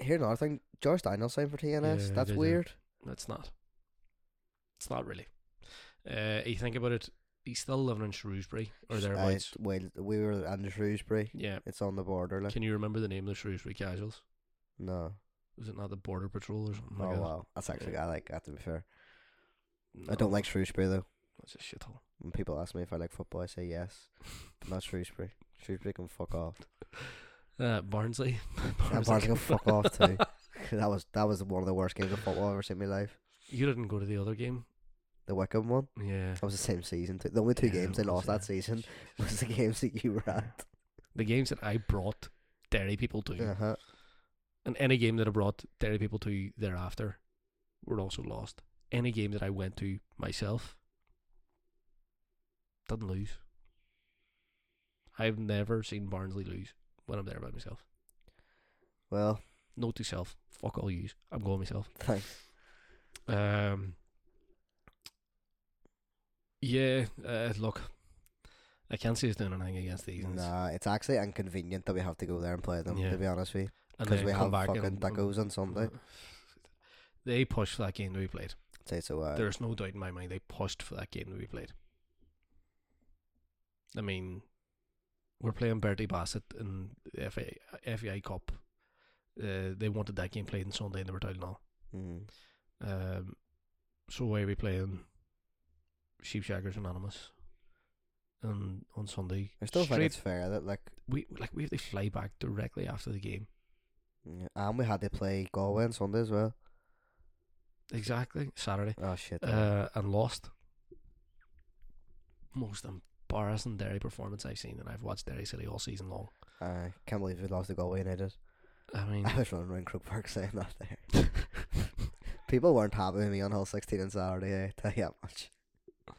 [SPEAKER 2] Here another thing. George Daniel signed for TNS. That's
[SPEAKER 1] Yeah, they did.
[SPEAKER 2] weird.
[SPEAKER 1] it's not. It's not really. Uh, you think about it, he's still living in Shrewsbury or
[SPEAKER 2] I,
[SPEAKER 1] thereabouts.
[SPEAKER 2] Uh, well, we were under Shrewsbury.
[SPEAKER 1] yeah.
[SPEAKER 2] It's on the border. Like.
[SPEAKER 1] Can you remember the name of the Shrewsbury Casuals?
[SPEAKER 2] No.
[SPEAKER 1] Was it not the Border Patrol or something?
[SPEAKER 2] oh,
[SPEAKER 1] like
[SPEAKER 2] wow. That's actually, I like that to be fair.
[SPEAKER 1] That?
[SPEAKER 2] I don't
[SPEAKER 1] No,
[SPEAKER 2] like Shrewsbury though.
[SPEAKER 1] That's a shithole.
[SPEAKER 2] When people ask me if I like football, I say yes. But not Shrewsbury. Shrewsbury can fuck off.
[SPEAKER 1] Uh, Barnsley.
[SPEAKER 2] And Barnsley can "Oh, fuck off too. that was that was one of the worst games of football I've ever seen in my life.
[SPEAKER 1] You didn't go to the other game.
[SPEAKER 2] The Wickham one.
[SPEAKER 1] Yeah.
[SPEAKER 2] That was the same season. too. The only two
[SPEAKER 1] Yeah,
[SPEAKER 2] games
[SPEAKER 1] it
[SPEAKER 2] they lost
[SPEAKER 1] was, yeah.
[SPEAKER 2] that season was the games that you were at.
[SPEAKER 1] The games that I brought Derry people to,
[SPEAKER 2] Uh huh.
[SPEAKER 1] and any game that I brought Derry people to thereafter, were also lost. Any game that I went to myself, didn't lose. I've never seen Barnsley lose when I'm there by myself.
[SPEAKER 2] Well,
[SPEAKER 1] Note to self: fuck all yous. I'm going myself.
[SPEAKER 2] thanks.
[SPEAKER 1] Um. Yeah, uh, look, I can't see us doing anything against these.
[SPEAKER 2] Nah, it's actually inconvenient that we have to go there and play them.
[SPEAKER 1] Yeah.
[SPEAKER 2] To be honest with you,
[SPEAKER 1] and
[SPEAKER 2] because
[SPEAKER 1] then
[SPEAKER 2] we
[SPEAKER 1] come
[SPEAKER 2] have
[SPEAKER 1] back
[SPEAKER 2] fucking
[SPEAKER 1] and,
[SPEAKER 2] tacos on Sunday.
[SPEAKER 1] They pushed for that game to be played.
[SPEAKER 2] Say so. Uh,
[SPEAKER 1] There's no doubt in my mind they pushed for that game to be played. I mean, we're playing Bertie Bassett in the FA, FAI Cup. Uh, they wanted that game played on Sunday and they were down now.
[SPEAKER 2] mm,
[SPEAKER 1] Um, so why are we playing Sheep Shaggers Anonymous and on Sunday?
[SPEAKER 2] I still think
[SPEAKER 1] Straight-
[SPEAKER 2] it's fair that like,
[SPEAKER 1] we like we have to fly back directly after the game.
[SPEAKER 2] yeah, and we had to play Galway on Sunday as well.
[SPEAKER 1] Exactly Saturday.
[SPEAKER 2] Oh shit.
[SPEAKER 1] uh, and lost. Most embarrassing Derry performance I've seen, and I've watched Derry City all season long.
[SPEAKER 2] I can't believe we lost to Galway United.
[SPEAKER 1] I mean,
[SPEAKER 2] I was running around Crook Park saying that there. People weren't happy with me on Hull 16 on Saturday. I tell you that much.
[SPEAKER 1] I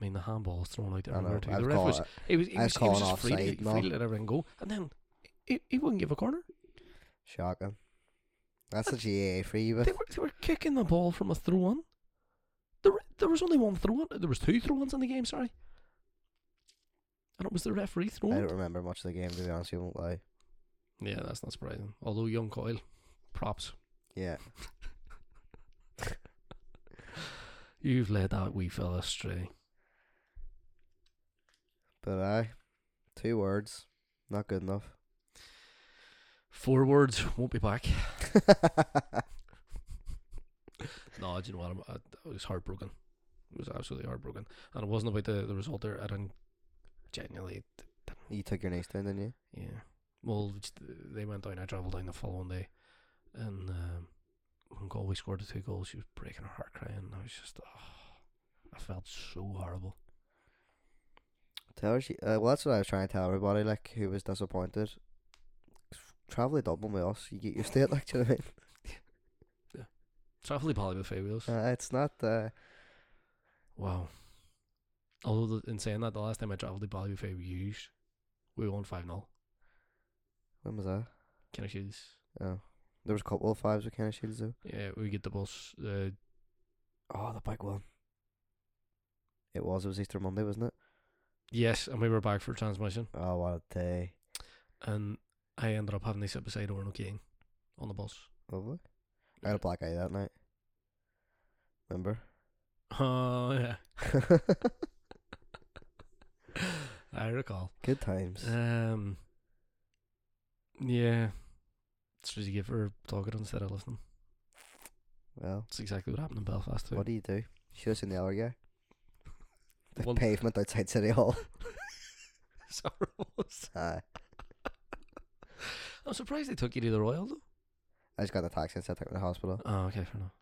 [SPEAKER 1] mean the handball was thrown out there.
[SPEAKER 2] I know.
[SPEAKER 1] remember, too.
[SPEAKER 2] I
[SPEAKER 1] The
[SPEAKER 2] was
[SPEAKER 1] ref was,
[SPEAKER 2] calling-
[SPEAKER 1] he was, he
[SPEAKER 2] I was
[SPEAKER 1] was, he was
[SPEAKER 2] calling
[SPEAKER 1] just free, to-
[SPEAKER 2] offside and
[SPEAKER 1] free to
[SPEAKER 2] all.
[SPEAKER 1] let everyone go, and then he, he wouldn't give a corner.
[SPEAKER 2] Shocking. That's a GAA for you,
[SPEAKER 1] They
[SPEAKER 2] but
[SPEAKER 1] were they were kicking the ball from a throw on. There were- there was only one throw on. There was two throw ons in the game. Sorry, and it was the referee throw.
[SPEAKER 2] I
[SPEAKER 1] on.
[SPEAKER 2] don't remember much of the game, to be honest, you won't lie.
[SPEAKER 1] Yeah, that's not surprising. Although young Coyle, props.
[SPEAKER 2] Yeah.
[SPEAKER 1] You've led that wee fella astray.
[SPEAKER 2] But aye, two words, not good enough.
[SPEAKER 1] Four words won't be back. No, do you know what? I'm, I, I was heartbroken. I was absolutely heartbroken, and it wasn't about the, the result there. I didn't genuinely.
[SPEAKER 2] you took your niece down, didn't you?
[SPEAKER 1] Yeah. Well, it's- they went down. I travelled down the following day, and um, when Galway scored the two goals, she was breaking her heart crying. I was just, oh, I felt so horrible.
[SPEAKER 2] Tell her she. Uh, well, that's what I was trying to tell everybody, like who was disappointed. Travel to Dublin with us, you get your state, like do you know what
[SPEAKER 1] Travel to Bali with five wheels.
[SPEAKER 2] I mean? Uh, it's not. Uh,
[SPEAKER 1] Wow. Although the, in saying that, the last time I travelled to Bali with five wheels, we won five 0
[SPEAKER 2] when was that?
[SPEAKER 1] Can I choose?
[SPEAKER 2] Oh, there was a couple of fives with Kenny Shields though.
[SPEAKER 1] Yeah, we get the bus. Uh,
[SPEAKER 2] Oh, the big one. It was. It was Easter Monday, wasn't it?
[SPEAKER 1] yes, and we were back for transmission.
[SPEAKER 2] Oh, what a day!
[SPEAKER 1] and I ended up having to sit beside Orno King on the bus.
[SPEAKER 2] Lovely. I had a black eye that night. Remember?
[SPEAKER 1] Oh yeah, I recall.
[SPEAKER 2] Good times.
[SPEAKER 1] Um, yeah, it's really good for talking instead of listening.
[SPEAKER 2] Well,
[SPEAKER 1] That's exactly what happened in Belfast too.
[SPEAKER 2] what do you do? Should have seen the other guy. The
[SPEAKER 1] One-
[SPEAKER 2] pavement outside City Hall.
[SPEAKER 1] It's horrible.
[SPEAKER 2] Aye.
[SPEAKER 1] I'm surprised they took you to the Royal though.
[SPEAKER 2] I just got the taxi and sent it to the hospital.
[SPEAKER 1] Oh, okay, fair enough.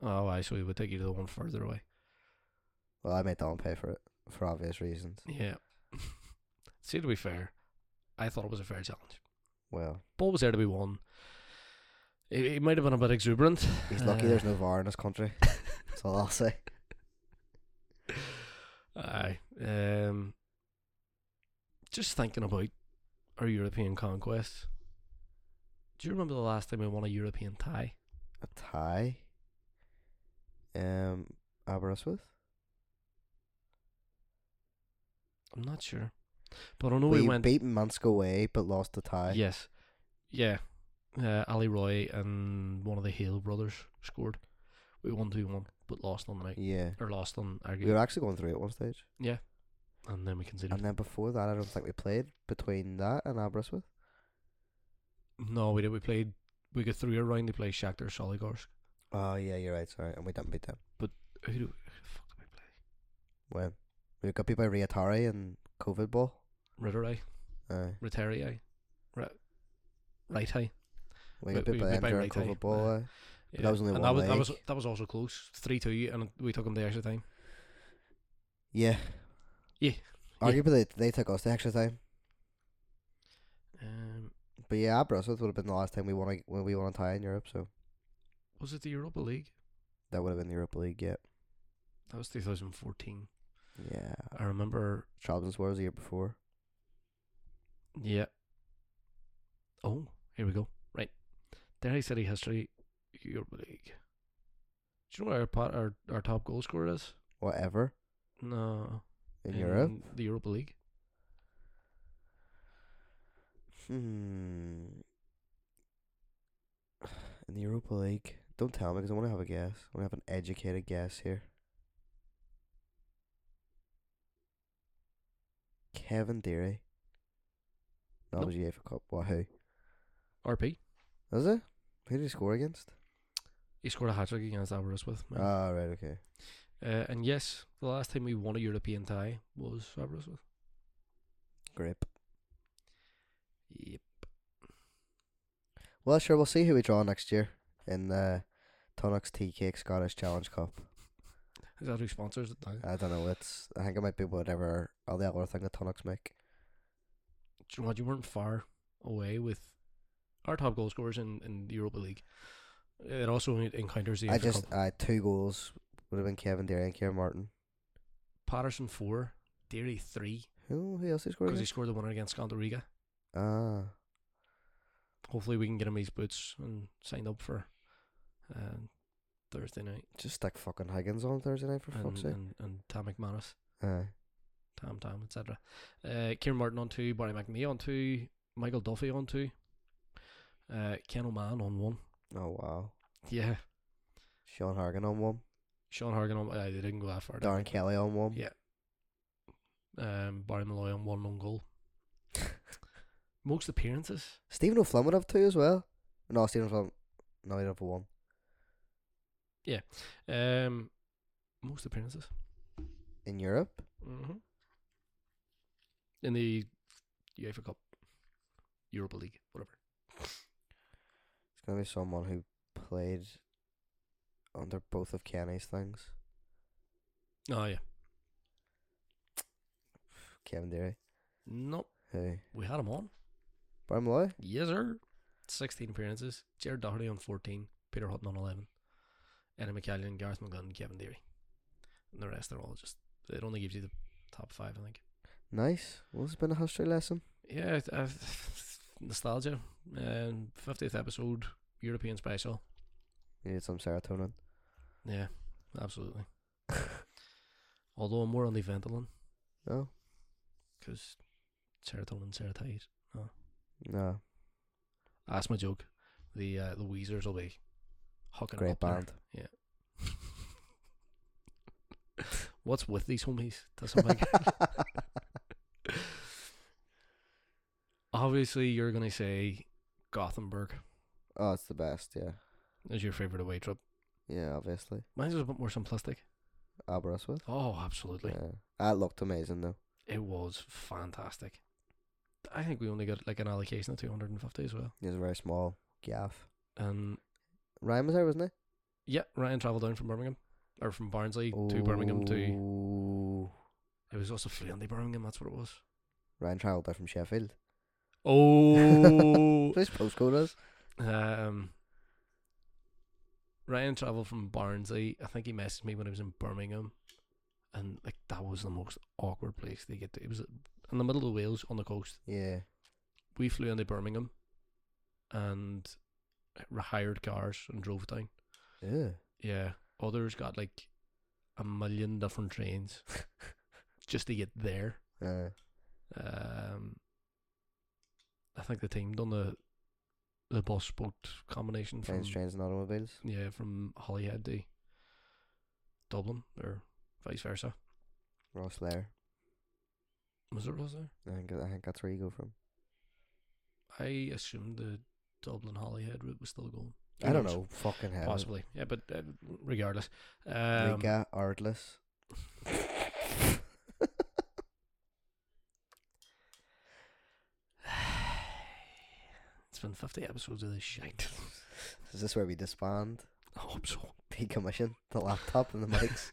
[SPEAKER 1] Oh, I so we would take you to the one further away.
[SPEAKER 2] Well, I made Don pay for it for obvious reasons.
[SPEAKER 1] Yeah. See, to be fair, I thought it was a fair challenge.
[SPEAKER 2] Well,
[SPEAKER 1] Ball was there to be won. It, it might have been a bit exuberant.
[SPEAKER 2] he's lucky
[SPEAKER 1] Uh,
[SPEAKER 2] there's no VAR in this country. That's all I'll say.
[SPEAKER 1] Aye. Um, just thinking about our European conquests. Do you remember the last time we won a European tie?
[SPEAKER 2] A tie. Um, Aberystwyth.
[SPEAKER 1] I'm not sure, but I know we,
[SPEAKER 2] we
[SPEAKER 1] went.
[SPEAKER 2] beat Mansko away, but lost the tie.
[SPEAKER 1] Yes, yeah. Uh, Ali Roy and one of the Hale brothers scored. We won two one, but lost on the night
[SPEAKER 2] Yeah.
[SPEAKER 1] or lost on our
[SPEAKER 2] We
[SPEAKER 1] game,
[SPEAKER 2] were actually going through at one stage,
[SPEAKER 1] and then we conceded.
[SPEAKER 2] and then before that, I don't think we played between that and Aberystwyth.
[SPEAKER 1] no, we did. We played. We got through a round. They played Shakhtar Soligorsk.
[SPEAKER 2] Oh yeah, you're right. Sorry, and we didn't beat them.
[SPEAKER 1] Who do? Who the fuck did we play?
[SPEAKER 2] When we got beat by Riatari and COVID ball.
[SPEAKER 1] Ritterai,
[SPEAKER 2] Uh,
[SPEAKER 1] Ritterai, Right, Right High.
[SPEAKER 2] we
[SPEAKER 1] We-
[SPEAKER 2] got beat
[SPEAKER 1] we
[SPEAKER 2] by
[SPEAKER 1] beat
[SPEAKER 2] them
[SPEAKER 1] by
[SPEAKER 2] during
[SPEAKER 1] Righty,
[SPEAKER 2] COVID ball.
[SPEAKER 1] uh,
[SPEAKER 2] Uh, But that was only
[SPEAKER 1] and
[SPEAKER 2] one
[SPEAKER 1] that was, that was
[SPEAKER 2] leg.
[SPEAKER 1] that was also close, three two, and we took them the extra time.
[SPEAKER 2] yeah.
[SPEAKER 1] Yeah.
[SPEAKER 2] Arguably, they took us the extra time.
[SPEAKER 1] Um,
[SPEAKER 2] But yeah, Aberystwyth would have been the last time we won a, when we won a tie in Europe, so
[SPEAKER 1] was it the Europa League?
[SPEAKER 2] that would have been the Europa League. Yeah,
[SPEAKER 1] That was 2014.
[SPEAKER 2] yeah.
[SPEAKER 1] I remember.
[SPEAKER 2] Charlton's was the year before.
[SPEAKER 1] Yeah. Oh, here we go. Right, Derry City history, Europa League. Do you know what our pot, our, our top goal scorer is?
[SPEAKER 2] Whatever
[SPEAKER 1] No,
[SPEAKER 2] in, Europe.
[SPEAKER 1] the Europa League.
[SPEAKER 2] Hmm. In the Europa League. Don't tell me because I want to have a guess. I want to have an educated guess here. Kevin Deary. That
[SPEAKER 1] Nope.
[SPEAKER 2] was UEFA Cup. Wahoo.
[SPEAKER 1] RP.
[SPEAKER 2] Is it? Who did he score against?
[SPEAKER 1] He scored a hat trick against Aberystwyth. man.
[SPEAKER 2] Ah, right, okay.
[SPEAKER 1] Uh, and yes, the last time we won a European tie was Aberystwyth.
[SPEAKER 2] Grip.
[SPEAKER 1] Yep.
[SPEAKER 2] Well, sure, we'll see who we draw next year in the Tunnocks Tea Cake Scottish Challenge Cup.
[SPEAKER 1] Is that who sponsors it now?
[SPEAKER 2] I don't know. It's. I think it might be whatever all the other thing the Tunnocks make.
[SPEAKER 1] do you know what? You weren't far away with our top goal scorers in, in the Europa League. It also encounters the
[SPEAKER 2] I
[SPEAKER 1] FA
[SPEAKER 2] just
[SPEAKER 1] Cup.
[SPEAKER 2] uh, two goals would have been Kevin Deere and Kieran Martin.
[SPEAKER 1] Patterson four, Deary three,
[SPEAKER 2] Who who else he scored?
[SPEAKER 1] because he
[SPEAKER 2] against?
[SPEAKER 1] scored the winner against Scandariga.
[SPEAKER 2] Ah,
[SPEAKER 1] Hopefully, we can get him his boots and signed up for uh, Thursday night.
[SPEAKER 2] just stick fucking Higgins on Thursday night for
[SPEAKER 1] And,
[SPEAKER 2] fuck's sake.
[SPEAKER 1] and, and Tam McManus,
[SPEAKER 2] Aye.
[SPEAKER 1] Tam Tam, etc. Uh, Kieran Martin on two, Barry McNee on two, Michael Duffy on two, uh, Ken O'Man on one.
[SPEAKER 2] oh wow,
[SPEAKER 1] Yeah.
[SPEAKER 2] Sean Hargan on one.
[SPEAKER 1] Sean Horgan on. Uh, they didn't go that far. did
[SPEAKER 2] Darren Kelly on one.
[SPEAKER 1] Yeah. they? Um, Barry Malloy on one own goal. Most appearances.
[SPEAKER 2] Stephen O'Flynn would have two as well. No, Stephen O'Flynn. No, he'd have one.
[SPEAKER 1] Um, most appearances.
[SPEAKER 2] In Europe,
[SPEAKER 1] Mm-hmm. In the UEFA Cup, Europa League, whatever.
[SPEAKER 2] it's going to be someone who played under both of Kenny's things.
[SPEAKER 1] Oh yeah.
[SPEAKER 2] Kevin Deary.
[SPEAKER 1] Nope.
[SPEAKER 2] Who?
[SPEAKER 1] We had him on.
[SPEAKER 2] Brian Malloy?
[SPEAKER 1] Yes, sir. 16 appearances. Jared Doherty on 14. Peter Hutton on 11. Eddie McCallion, Gareth McGunn, Kevin Deary. And the rest are all just. It only gives you the top five, I think.
[SPEAKER 2] Nice. Well, it's been a history lesson.
[SPEAKER 1] Yeah, I, I, nostalgia. Um, 50th episode, European special.
[SPEAKER 2] You need some serotonin.
[SPEAKER 1] Yeah, absolutely. Although I'm more on the Ventolin
[SPEAKER 2] No?
[SPEAKER 1] because serotonin, serotonin.
[SPEAKER 2] No.
[SPEAKER 1] That's my joke. The uh, the Weezers will be hucking it
[SPEAKER 2] Great
[SPEAKER 1] up there.
[SPEAKER 2] band.
[SPEAKER 1] What's with these homies? Doesn't make Obviously, you're going to say Gothenburg
[SPEAKER 2] oh, it's the best, yeah.
[SPEAKER 1] is your favourite away trip.
[SPEAKER 2] Yeah, obviously.
[SPEAKER 1] Mine's was a bit more simplistic.
[SPEAKER 2] Aberystwyth.
[SPEAKER 1] Oh, absolutely.
[SPEAKER 2] Yeah. That looked amazing, though.
[SPEAKER 1] It was fantastic. I think we only got like an allocation of 250 as well.
[SPEAKER 2] It was a very small gaff.
[SPEAKER 1] And
[SPEAKER 2] Ryan was there, wasn't
[SPEAKER 1] yeah, Ryan travelled down from Birmingham or from Barnsley
[SPEAKER 2] he?
[SPEAKER 1] to Birmingham to.
[SPEAKER 2] to.
[SPEAKER 1] It was also Fleandy Birmingham, that's what it was.
[SPEAKER 2] Ryan travelled there from Sheffield.
[SPEAKER 1] Oh.
[SPEAKER 2] This postcode is.
[SPEAKER 1] Um, Ryan travelled from Barnsley. I think he messaged me when I was in Birmingham, and like that was the most awkward place they get to. It was in the middle of Wales on the coast.
[SPEAKER 2] Yeah.
[SPEAKER 1] We flew into Birmingham, and r- hired cars and drove down.
[SPEAKER 2] Yeah.
[SPEAKER 1] Yeah, others got like a million different trains just to get there.
[SPEAKER 2] Uh,
[SPEAKER 1] Um, I think the team done the the bus boat combination from
[SPEAKER 2] trains, trains, and automobiles.
[SPEAKER 1] yeah, from Holyhead to Dublin or vice versa.
[SPEAKER 2] Ross Lair.
[SPEAKER 1] Was there was there?
[SPEAKER 2] I think, I think that's where you go from.
[SPEAKER 1] I assumed the Dublin Holyhead route was still going. Who
[SPEAKER 2] I don't
[SPEAKER 1] knows?
[SPEAKER 2] know. Fucking hell.
[SPEAKER 1] Possibly, yeah, but uh, regardless, um,
[SPEAKER 2] Riga, Ardless.
[SPEAKER 1] it's been fifty episodes of this shite.
[SPEAKER 2] Is this where we disband,
[SPEAKER 1] I hope so.
[SPEAKER 2] decommission the laptop and the mics?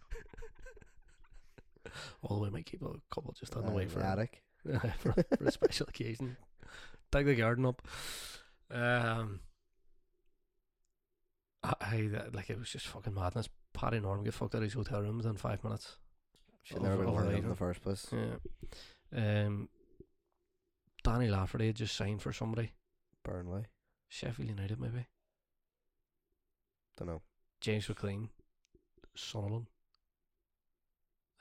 [SPEAKER 1] Although I might keep a couple just on the
[SPEAKER 2] Uh,
[SPEAKER 1] way
[SPEAKER 2] in
[SPEAKER 1] for
[SPEAKER 2] the attic.
[SPEAKER 1] for, for a special occasion. Tag the garden up. Um, I, I that, like it was just fucking madness. Paddy Norm get fucked out of his hotel room within five minutes.
[SPEAKER 2] Should never
[SPEAKER 1] Over-
[SPEAKER 2] been heard of in
[SPEAKER 1] overrated.
[SPEAKER 2] the first place.
[SPEAKER 1] Yeah. Um, Danny Lafferty had just signed for somebody.
[SPEAKER 2] Burnley.
[SPEAKER 1] Sheffield United, maybe.
[SPEAKER 2] Don't know.
[SPEAKER 1] James McLean. Sunderland.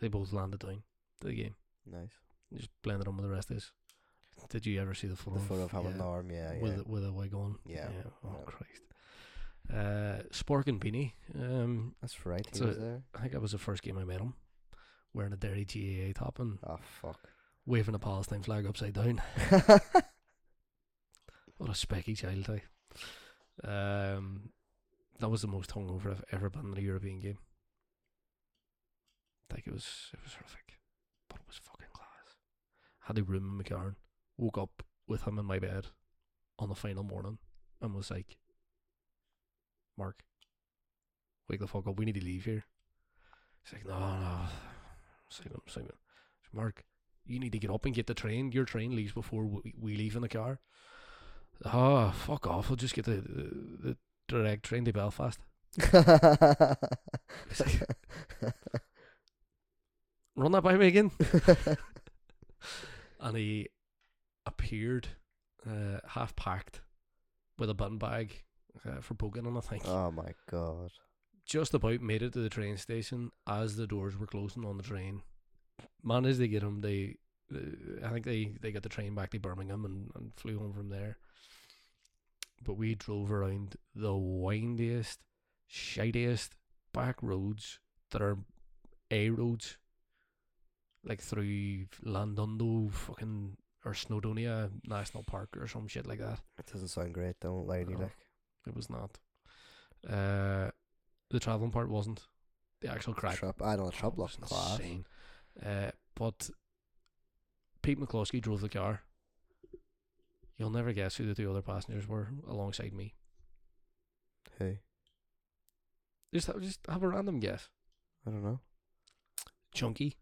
[SPEAKER 1] They both landed down to the game.
[SPEAKER 2] Nice.
[SPEAKER 1] Just blended on with the rest of us. Did you ever see the photo?
[SPEAKER 2] The photo of him
[SPEAKER 1] yeah,
[SPEAKER 2] in the arm. Yeah, yeah.
[SPEAKER 1] With, a- with a wig on.
[SPEAKER 2] Yeah,
[SPEAKER 1] Oh,
[SPEAKER 2] yeah.
[SPEAKER 1] Christ. Uh, Spork and Beanie. Um,
[SPEAKER 2] That's right. He
[SPEAKER 1] So-
[SPEAKER 2] was there.
[SPEAKER 1] I think that was the first game I met him. Wearing a dirty GAA top and
[SPEAKER 2] Oh fuck.
[SPEAKER 1] waving a Palestine flag upside down. What a specky child I. Um, that was the most hungover I've ever been in a European game. Like it was, it was horrific, but it was fucking class. Had a room in McCarran. Woke up with him in my bed on the final morning, and was like, "Mark, wake the fuck up. We need to leave here." He's like, "No, no, Simon, Simon, Mark, you need to get up and get the train. Your train leaves before we, we leave in the car." Oh, fuck off. I'll just get the, the, the direct train to Belfast. It's like, Run that by me again. And he appeared uh, half packed with a bin bag uh, for Bogan, and I think
[SPEAKER 2] oh my god.
[SPEAKER 1] just about made it to the train station as the doors were closing on the train. Managed to get him. They, uh, I think they, they got the train back to Birmingham and, and flew home from there. But we drove around the windiest, shittiest back roads that are A roads, like through Landundo, fucking, or Snowdonia National Park or some shit like that.
[SPEAKER 2] It doesn't sound great, don't lie to you,
[SPEAKER 1] No.
[SPEAKER 2] like.
[SPEAKER 1] It was not. Uh, the traveling part wasn't. The actual crack
[SPEAKER 2] Trip, I know, trip
[SPEAKER 1] It
[SPEAKER 2] looks
[SPEAKER 1] was
[SPEAKER 2] class.
[SPEAKER 1] insane. Uh, but Pete McCloskey drove the car. You'll never guess who the two other passengers were alongside me.
[SPEAKER 2] Who?
[SPEAKER 1] Just have, just have a random guess.
[SPEAKER 2] I don't know.
[SPEAKER 1] Chunky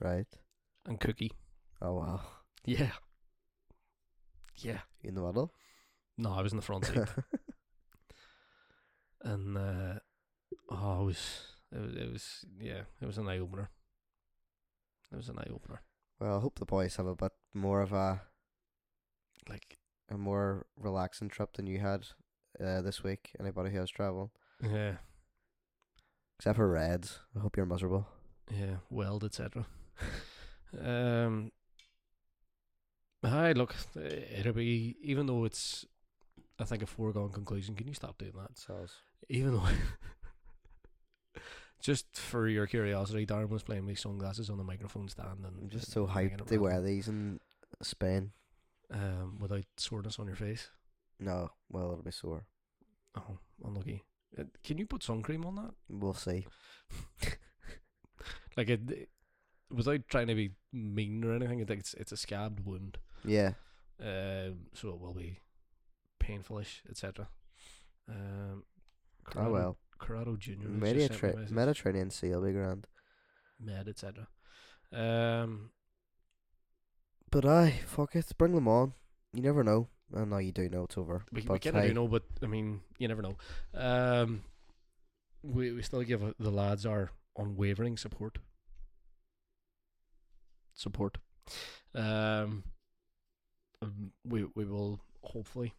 [SPEAKER 2] Right.
[SPEAKER 1] and Cookie.
[SPEAKER 2] Oh, wow.
[SPEAKER 1] Yeah. Yeah.
[SPEAKER 2] In the middle?
[SPEAKER 1] No, I was in the front seat. and uh, oh, it was, it was, it was, yeah, it was an eye opener. It was an eye opener.
[SPEAKER 2] well, I hope the boys have a bit more of a,
[SPEAKER 1] Like,
[SPEAKER 2] a more relaxing trip than you had uh, this week. Anybody who has travel.
[SPEAKER 1] yeah,
[SPEAKER 2] Except for Reds. I hope you're miserable.
[SPEAKER 1] yeah, weld, etc. um, hi, look, it'll be even though it's, I think a foregone conclusion. Can you stop doing that?
[SPEAKER 2] Sounds.
[SPEAKER 1] Even though, just for your curiosity, Darren was playing with his sunglasses on the microphone stand, and
[SPEAKER 2] I'm just so
[SPEAKER 1] hanging it
[SPEAKER 2] hyped they
[SPEAKER 1] around,
[SPEAKER 2] wear these in Spain.
[SPEAKER 1] um without soreness on your face.
[SPEAKER 2] No, well, it'll be sore.
[SPEAKER 1] Oh, unlucky. Uh, Can you put sun cream on that?
[SPEAKER 2] We'll see.
[SPEAKER 1] Like it, it- without trying to be mean or anything. I think it's it's a scabbed wound.
[SPEAKER 2] Yeah.
[SPEAKER 1] Um, so it will be painfulish, etc. Um,
[SPEAKER 2] Oh,
[SPEAKER 1] Corrado-
[SPEAKER 2] well.
[SPEAKER 1] Corrado Junior.
[SPEAKER 2] Mediterranean, Mediterranean Sea will be grand.
[SPEAKER 1] Med, etc. Um,
[SPEAKER 2] But aye, fuck it. Bring them on. You never know. I know you do know it's over.
[SPEAKER 1] we, we
[SPEAKER 2] but
[SPEAKER 1] kind of
[SPEAKER 2] aye,
[SPEAKER 1] do know, but I mean, you never know. Um, we we still give uh, the lads our unwavering support. Support. Um, um, we we will hopefully,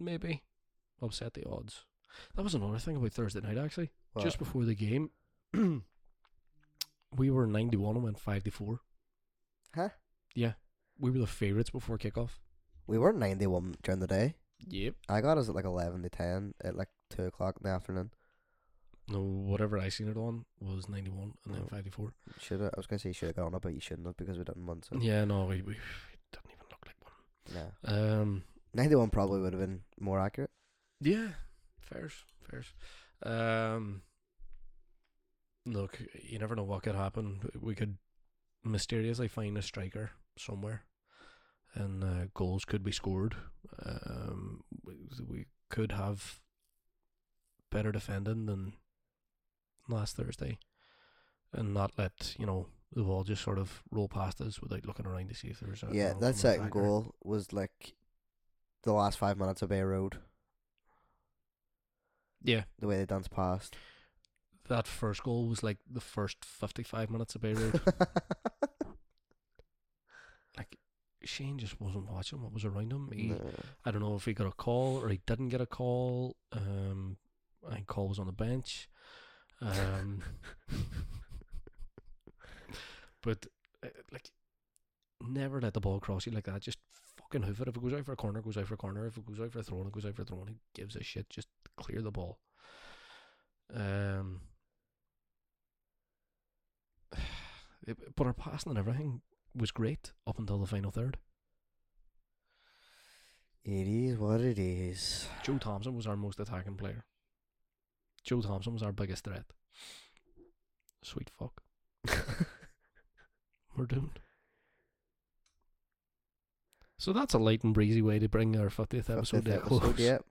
[SPEAKER 1] maybe, upset the odds. That was another thing about Thursday night actually.
[SPEAKER 2] what?
[SPEAKER 1] just before the game, we were 91 and went 5 to 4.
[SPEAKER 2] Huh?
[SPEAKER 1] Yeah. We were the favourites before kickoff.
[SPEAKER 2] we were ninety one during the day.
[SPEAKER 1] Yep.
[SPEAKER 2] I got us at like eleven to ten at like two o'clock in the afternoon.
[SPEAKER 1] No, whatever I seen it on was 91 and then
[SPEAKER 2] Oh.
[SPEAKER 1] 5 to 4.
[SPEAKER 2] Should I was gonna say you should have gone up, but you shouldn't have because we didn't want to.
[SPEAKER 1] Yeah, no, we, we, we didn't even look like one.
[SPEAKER 2] Yeah.
[SPEAKER 1] Um,
[SPEAKER 2] Ninety one probably would have been more accurate.
[SPEAKER 1] Yeah, fairs, fairs. Um, look, you never know what could happen. We could mysteriously find a striker somewhere, and uh, goals could be scored. Um, we- we could have better defending than last Thursday, and not let you know the ball just sort of roll past us without looking around to see if there's a
[SPEAKER 2] yeah,
[SPEAKER 1] an
[SPEAKER 2] that
[SPEAKER 1] open
[SPEAKER 2] second
[SPEAKER 1] attacker.
[SPEAKER 2] goal was like the last five minutes of Bay Road.
[SPEAKER 1] Yeah,
[SPEAKER 2] The way they danced past.
[SPEAKER 1] that first goal was like the first fifty-five minutes of Bay Road. Shane just wasn't watching what was around him. He,
[SPEAKER 2] No.
[SPEAKER 1] I don't know if he got a call or he didn't get a call. Um, I think Cole was on the bench. Um, but uh, like, never let the ball cross you like that. Just fucking hoof it. If it goes out for a corner, it goes out for a corner. If it goes out for a throw, it goes out for a throw. He gives a shit. Just clear the ball. Um, it- but our passing and everything was great up until the final third.
[SPEAKER 2] It is what it is.
[SPEAKER 1] Joe Thompson was our most attacking player. Joe Thompson was our biggest threat. Sweet fuck. We're doomed. So that's a light and breezy way to bring our 50th episode
[SPEAKER 2] Fifth
[SPEAKER 1] to a
[SPEAKER 2] episode,
[SPEAKER 1] close.
[SPEAKER 2] Yep.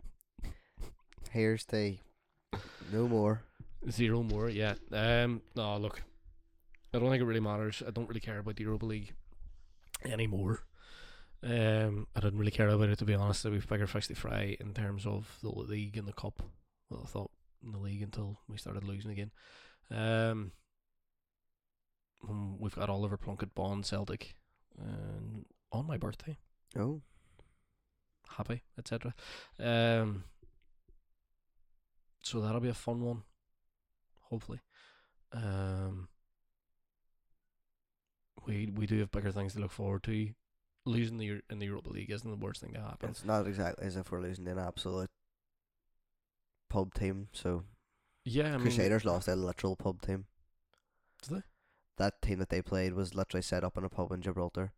[SPEAKER 2] Here's the no more.
[SPEAKER 1] Zero more, yeah. Um, no, look, I don't think it really matters. I don't really care about the Europa League anymore. Um, I didn't really care about it to be honest. We've bigger fish to fry in terms of the league and the cup. Well, I thought in the league until we started losing again. Um, mm, we've got Oliver Plunkett, Bond, Celtic, and on my birthday,
[SPEAKER 2] Oh,
[SPEAKER 1] happy, etc. Um, so that'll be a fun one, hopefully. Um, we we do have bigger things to look forward to. Losing the Eu- in the Europa League isn't the worst thing to happen.
[SPEAKER 2] it's not exactly as if we're losing an absolute pub team. So
[SPEAKER 1] Yeah, I mean,
[SPEAKER 2] Crusaders lost their literal pub team.
[SPEAKER 1] Did they?
[SPEAKER 2] That team that they played was literally set up in a pub in Gibraltar,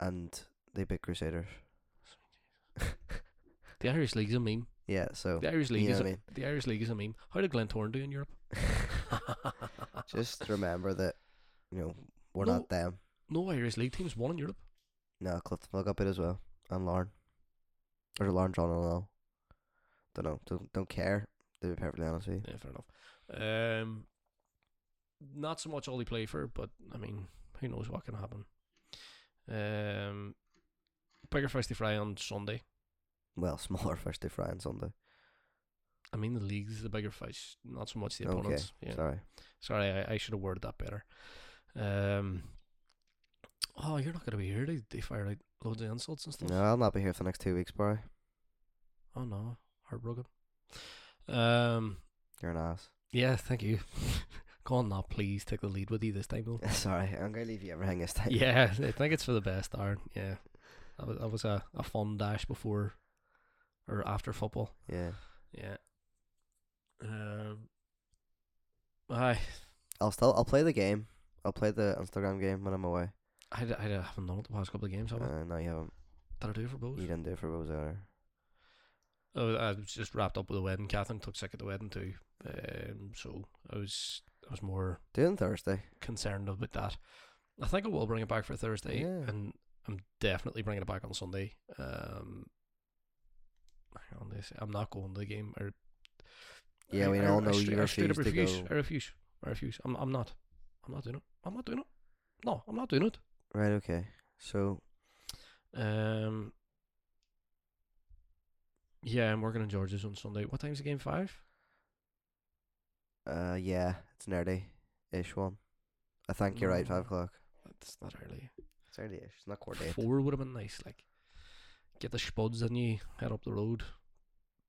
[SPEAKER 2] and they beat Crusaders.
[SPEAKER 1] The Irish League's a meme.
[SPEAKER 2] Yeah, so
[SPEAKER 1] The Irish League
[SPEAKER 2] you know
[SPEAKER 1] is a,
[SPEAKER 2] what I mean.
[SPEAKER 1] the Irish League is a meme. How did Glentoran do in Europe?
[SPEAKER 2] Just remember that you know we're
[SPEAKER 1] No.
[SPEAKER 2] not them.
[SPEAKER 1] no Irish League teams won in Europe.
[SPEAKER 2] No, Clifton Look up it as well, and Lauren, or Lauren John and all. Don't know. Don't don't care. To be perfectly honest with you,
[SPEAKER 1] Yeah, fair enough. Um, not so much all they play for, but I mean, who knows what can happen. Um, bigger Feisty Fry on Sunday.
[SPEAKER 2] well, smaller fish to fry on Sunday.
[SPEAKER 1] I mean, the league's the bigger fish, not so much the
[SPEAKER 2] Okay,
[SPEAKER 1] opponents. Yeah.
[SPEAKER 2] Sorry.
[SPEAKER 1] Sorry, I, I should have worded that better. Um, oh, you're not going to be here. They, they fire out loads of insults and stuff.
[SPEAKER 2] No, I'll not be here for the next two weeks, bro.
[SPEAKER 1] Oh, no. Heartbroken. Um,
[SPEAKER 2] You're an ass.
[SPEAKER 1] yeah, thank you. Go on now, please take the lead with you this time, though.
[SPEAKER 2] Sorry, I'm gonna leave you everything this time.
[SPEAKER 1] yeah, I think it's for the best, Aaron. Yeah, that was, that was a, a fun dash before or after football.
[SPEAKER 2] Yeah.
[SPEAKER 1] Yeah. Um. I
[SPEAKER 2] I'll still I'll play the game. I'll play the Instagram game when I'm away.
[SPEAKER 1] I, d- I d- haven't known it the past couple of games. Have I?
[SPEAKER 2] Uh, no, you haven't.
[SPEAKER 1] Did I do it for both?
[SPEAKER 2] You didn't do it for Rose either.
[SPEAKER 1] Oh, I was just wrapped up with the wedding. Catherine took sick at the wedding too. Um. So I was I was more
[SPEAKER 2] Do it on Thursday.
[SPEAKER 1] concerned about that. I think I will bring it back for Thursday,
[SPEAKER 2] Yeah.
[SPEAKER 1] and I'm definitely bringing it back on Sunday. Um, hang on, this I'm not going to the game. I,
[SPEAKER 2] Yeah,
[SPEAKER 1] I-
[SPEAKER 2] we
[SPEAKER 1] I-
[SPEAKER 2] all
[SPEAKER 1] I
[SPEAKER 2] know you
[SPEAKER 1] straight- I straight up
[SPEAKER 2] refuse to
[SPEAKER 1] refuse.
[SPEAKER 2] go.
[SPEAKER 1] I refuse. I refuse. I'm, I'm not. I'm not doing it. I'm not doing it. No, I'm not doing it.
[SPEAKER 2] Right, okay. So
[SPEAKER 1] Um. Yeah, I'm working in George's on Sunday. What time's the game? Five.
[SPEAKER 2] uh yeah, it's an early ish one. I think you're right,
[SPEAKER 1] No.
[SPEAKER 2] five o'clock.
[SPEAKER 1] That's not early.
[SPEAKER 2] It's early ish, it's not quarter eight.
[SPEAKER 1] Four would have been nice. Like, get the spuds and you head up the road,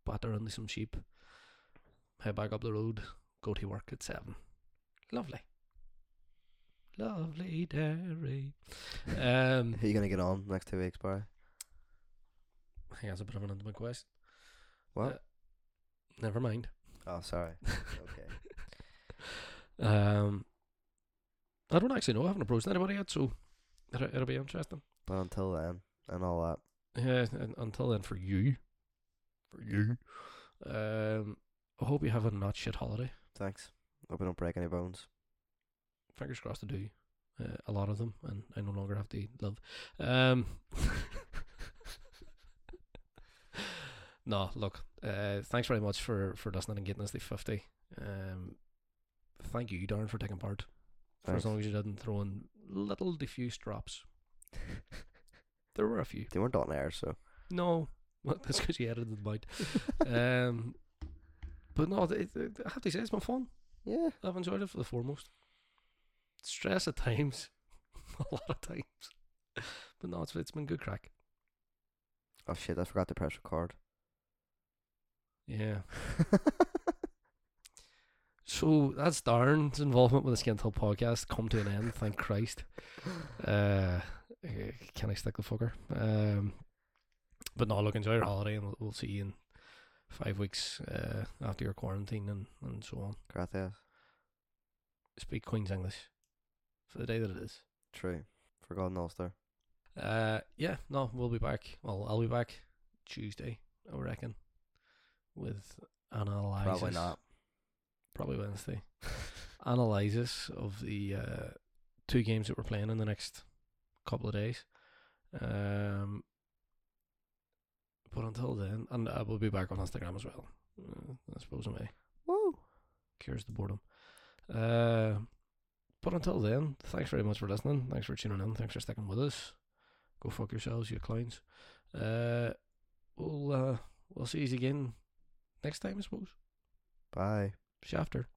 [SPEAKER 1] batter into some sheep, head back up the road, go to work at seven. Lovely. Lovely dairy. Um,
[SPEAKER 2] Who you gonna get on next two weeks, Barry?
[SPEAKER 1] I think that's a bit of an intimate question.
[SPEAKER 2] What?
[SPEAKER 1] Never mind.
[SPEAKER 2] oh sorry. Okay.
[SPEAKER 1] Um, I don't actually know. I haven't approached anybody yet, so it'll, it'll be interesting.
[SPEAKER 2] But until then and all that.
[SPEAKER 1] Yeah, and until then, for you, for you, um, I hope you have a not shit holiday.
[SPEAKER 2] Thanks. Hope we don't break any bones.
[SPEAKER 1] fingers crossed to do uh, a lot of them, and I no longer have to live. Um, no, look, uh, thanks very much for for listening and getting us to fifty. Um, thank you, Darren, for taking part. For as
[SPEAKER 2] Thanks.
[SPEAKER 1] long as you didn't throw in little diffuse drops, there were a few.
[SPEAKER 2] They weren't on air, so
[SPEAKER 1] No, well, that's because you edited them out. um, but no, it, it, I have to say it's been fun.
[SPEAKER 2] Yeah.
[SPEAKER 1] I've enjoyed it for the foremost. Stress at times, a lot of times, but no, it's it's been good crack.
[SPEAKER 2] Oh shit, I forgot to press record.
[SPEAKER 1] Yeah. So that's Darren's involvement with the Skin Till podcast come to an end. Thank Christ. Uh, eh, can I stick the fucker? Um, but no, look, enjoy your holiday, and we'll, we'll see you in five weeks uh, after your quarantine and and so on.
[SPEAKER 2] Gracias.
[SPEAKER 1] Speak Queen's English for the day that it is.
[SPEAKER 2] True. Forgotten Ulster.
[SPEAKER 1] Uh, yeah, no, we'll be back. Well, I'll be back Tuesday, I reckon, with analysis.
[SPEAKER 2] Probably not.
[SPEAKER 1] Probably Wednesday. analysis of the uh, two games that we're playing in the next couple of days. Um, but until then, and I will be back on Instagram as well. Uh, I suppose I may
[SPEAKER 2] Woo.
[SPEAKER 1] cures the boredom. Uh, but until then, thanks very much for listening. Thanks for tuning in. Thanks for sticking with us. Go fuck yourselves, you clowns. Uh, we'll uh, we'll see you again next time, I suppose.
[SPEAKER 2] Bye.
[SPEAKER 1] Shafter.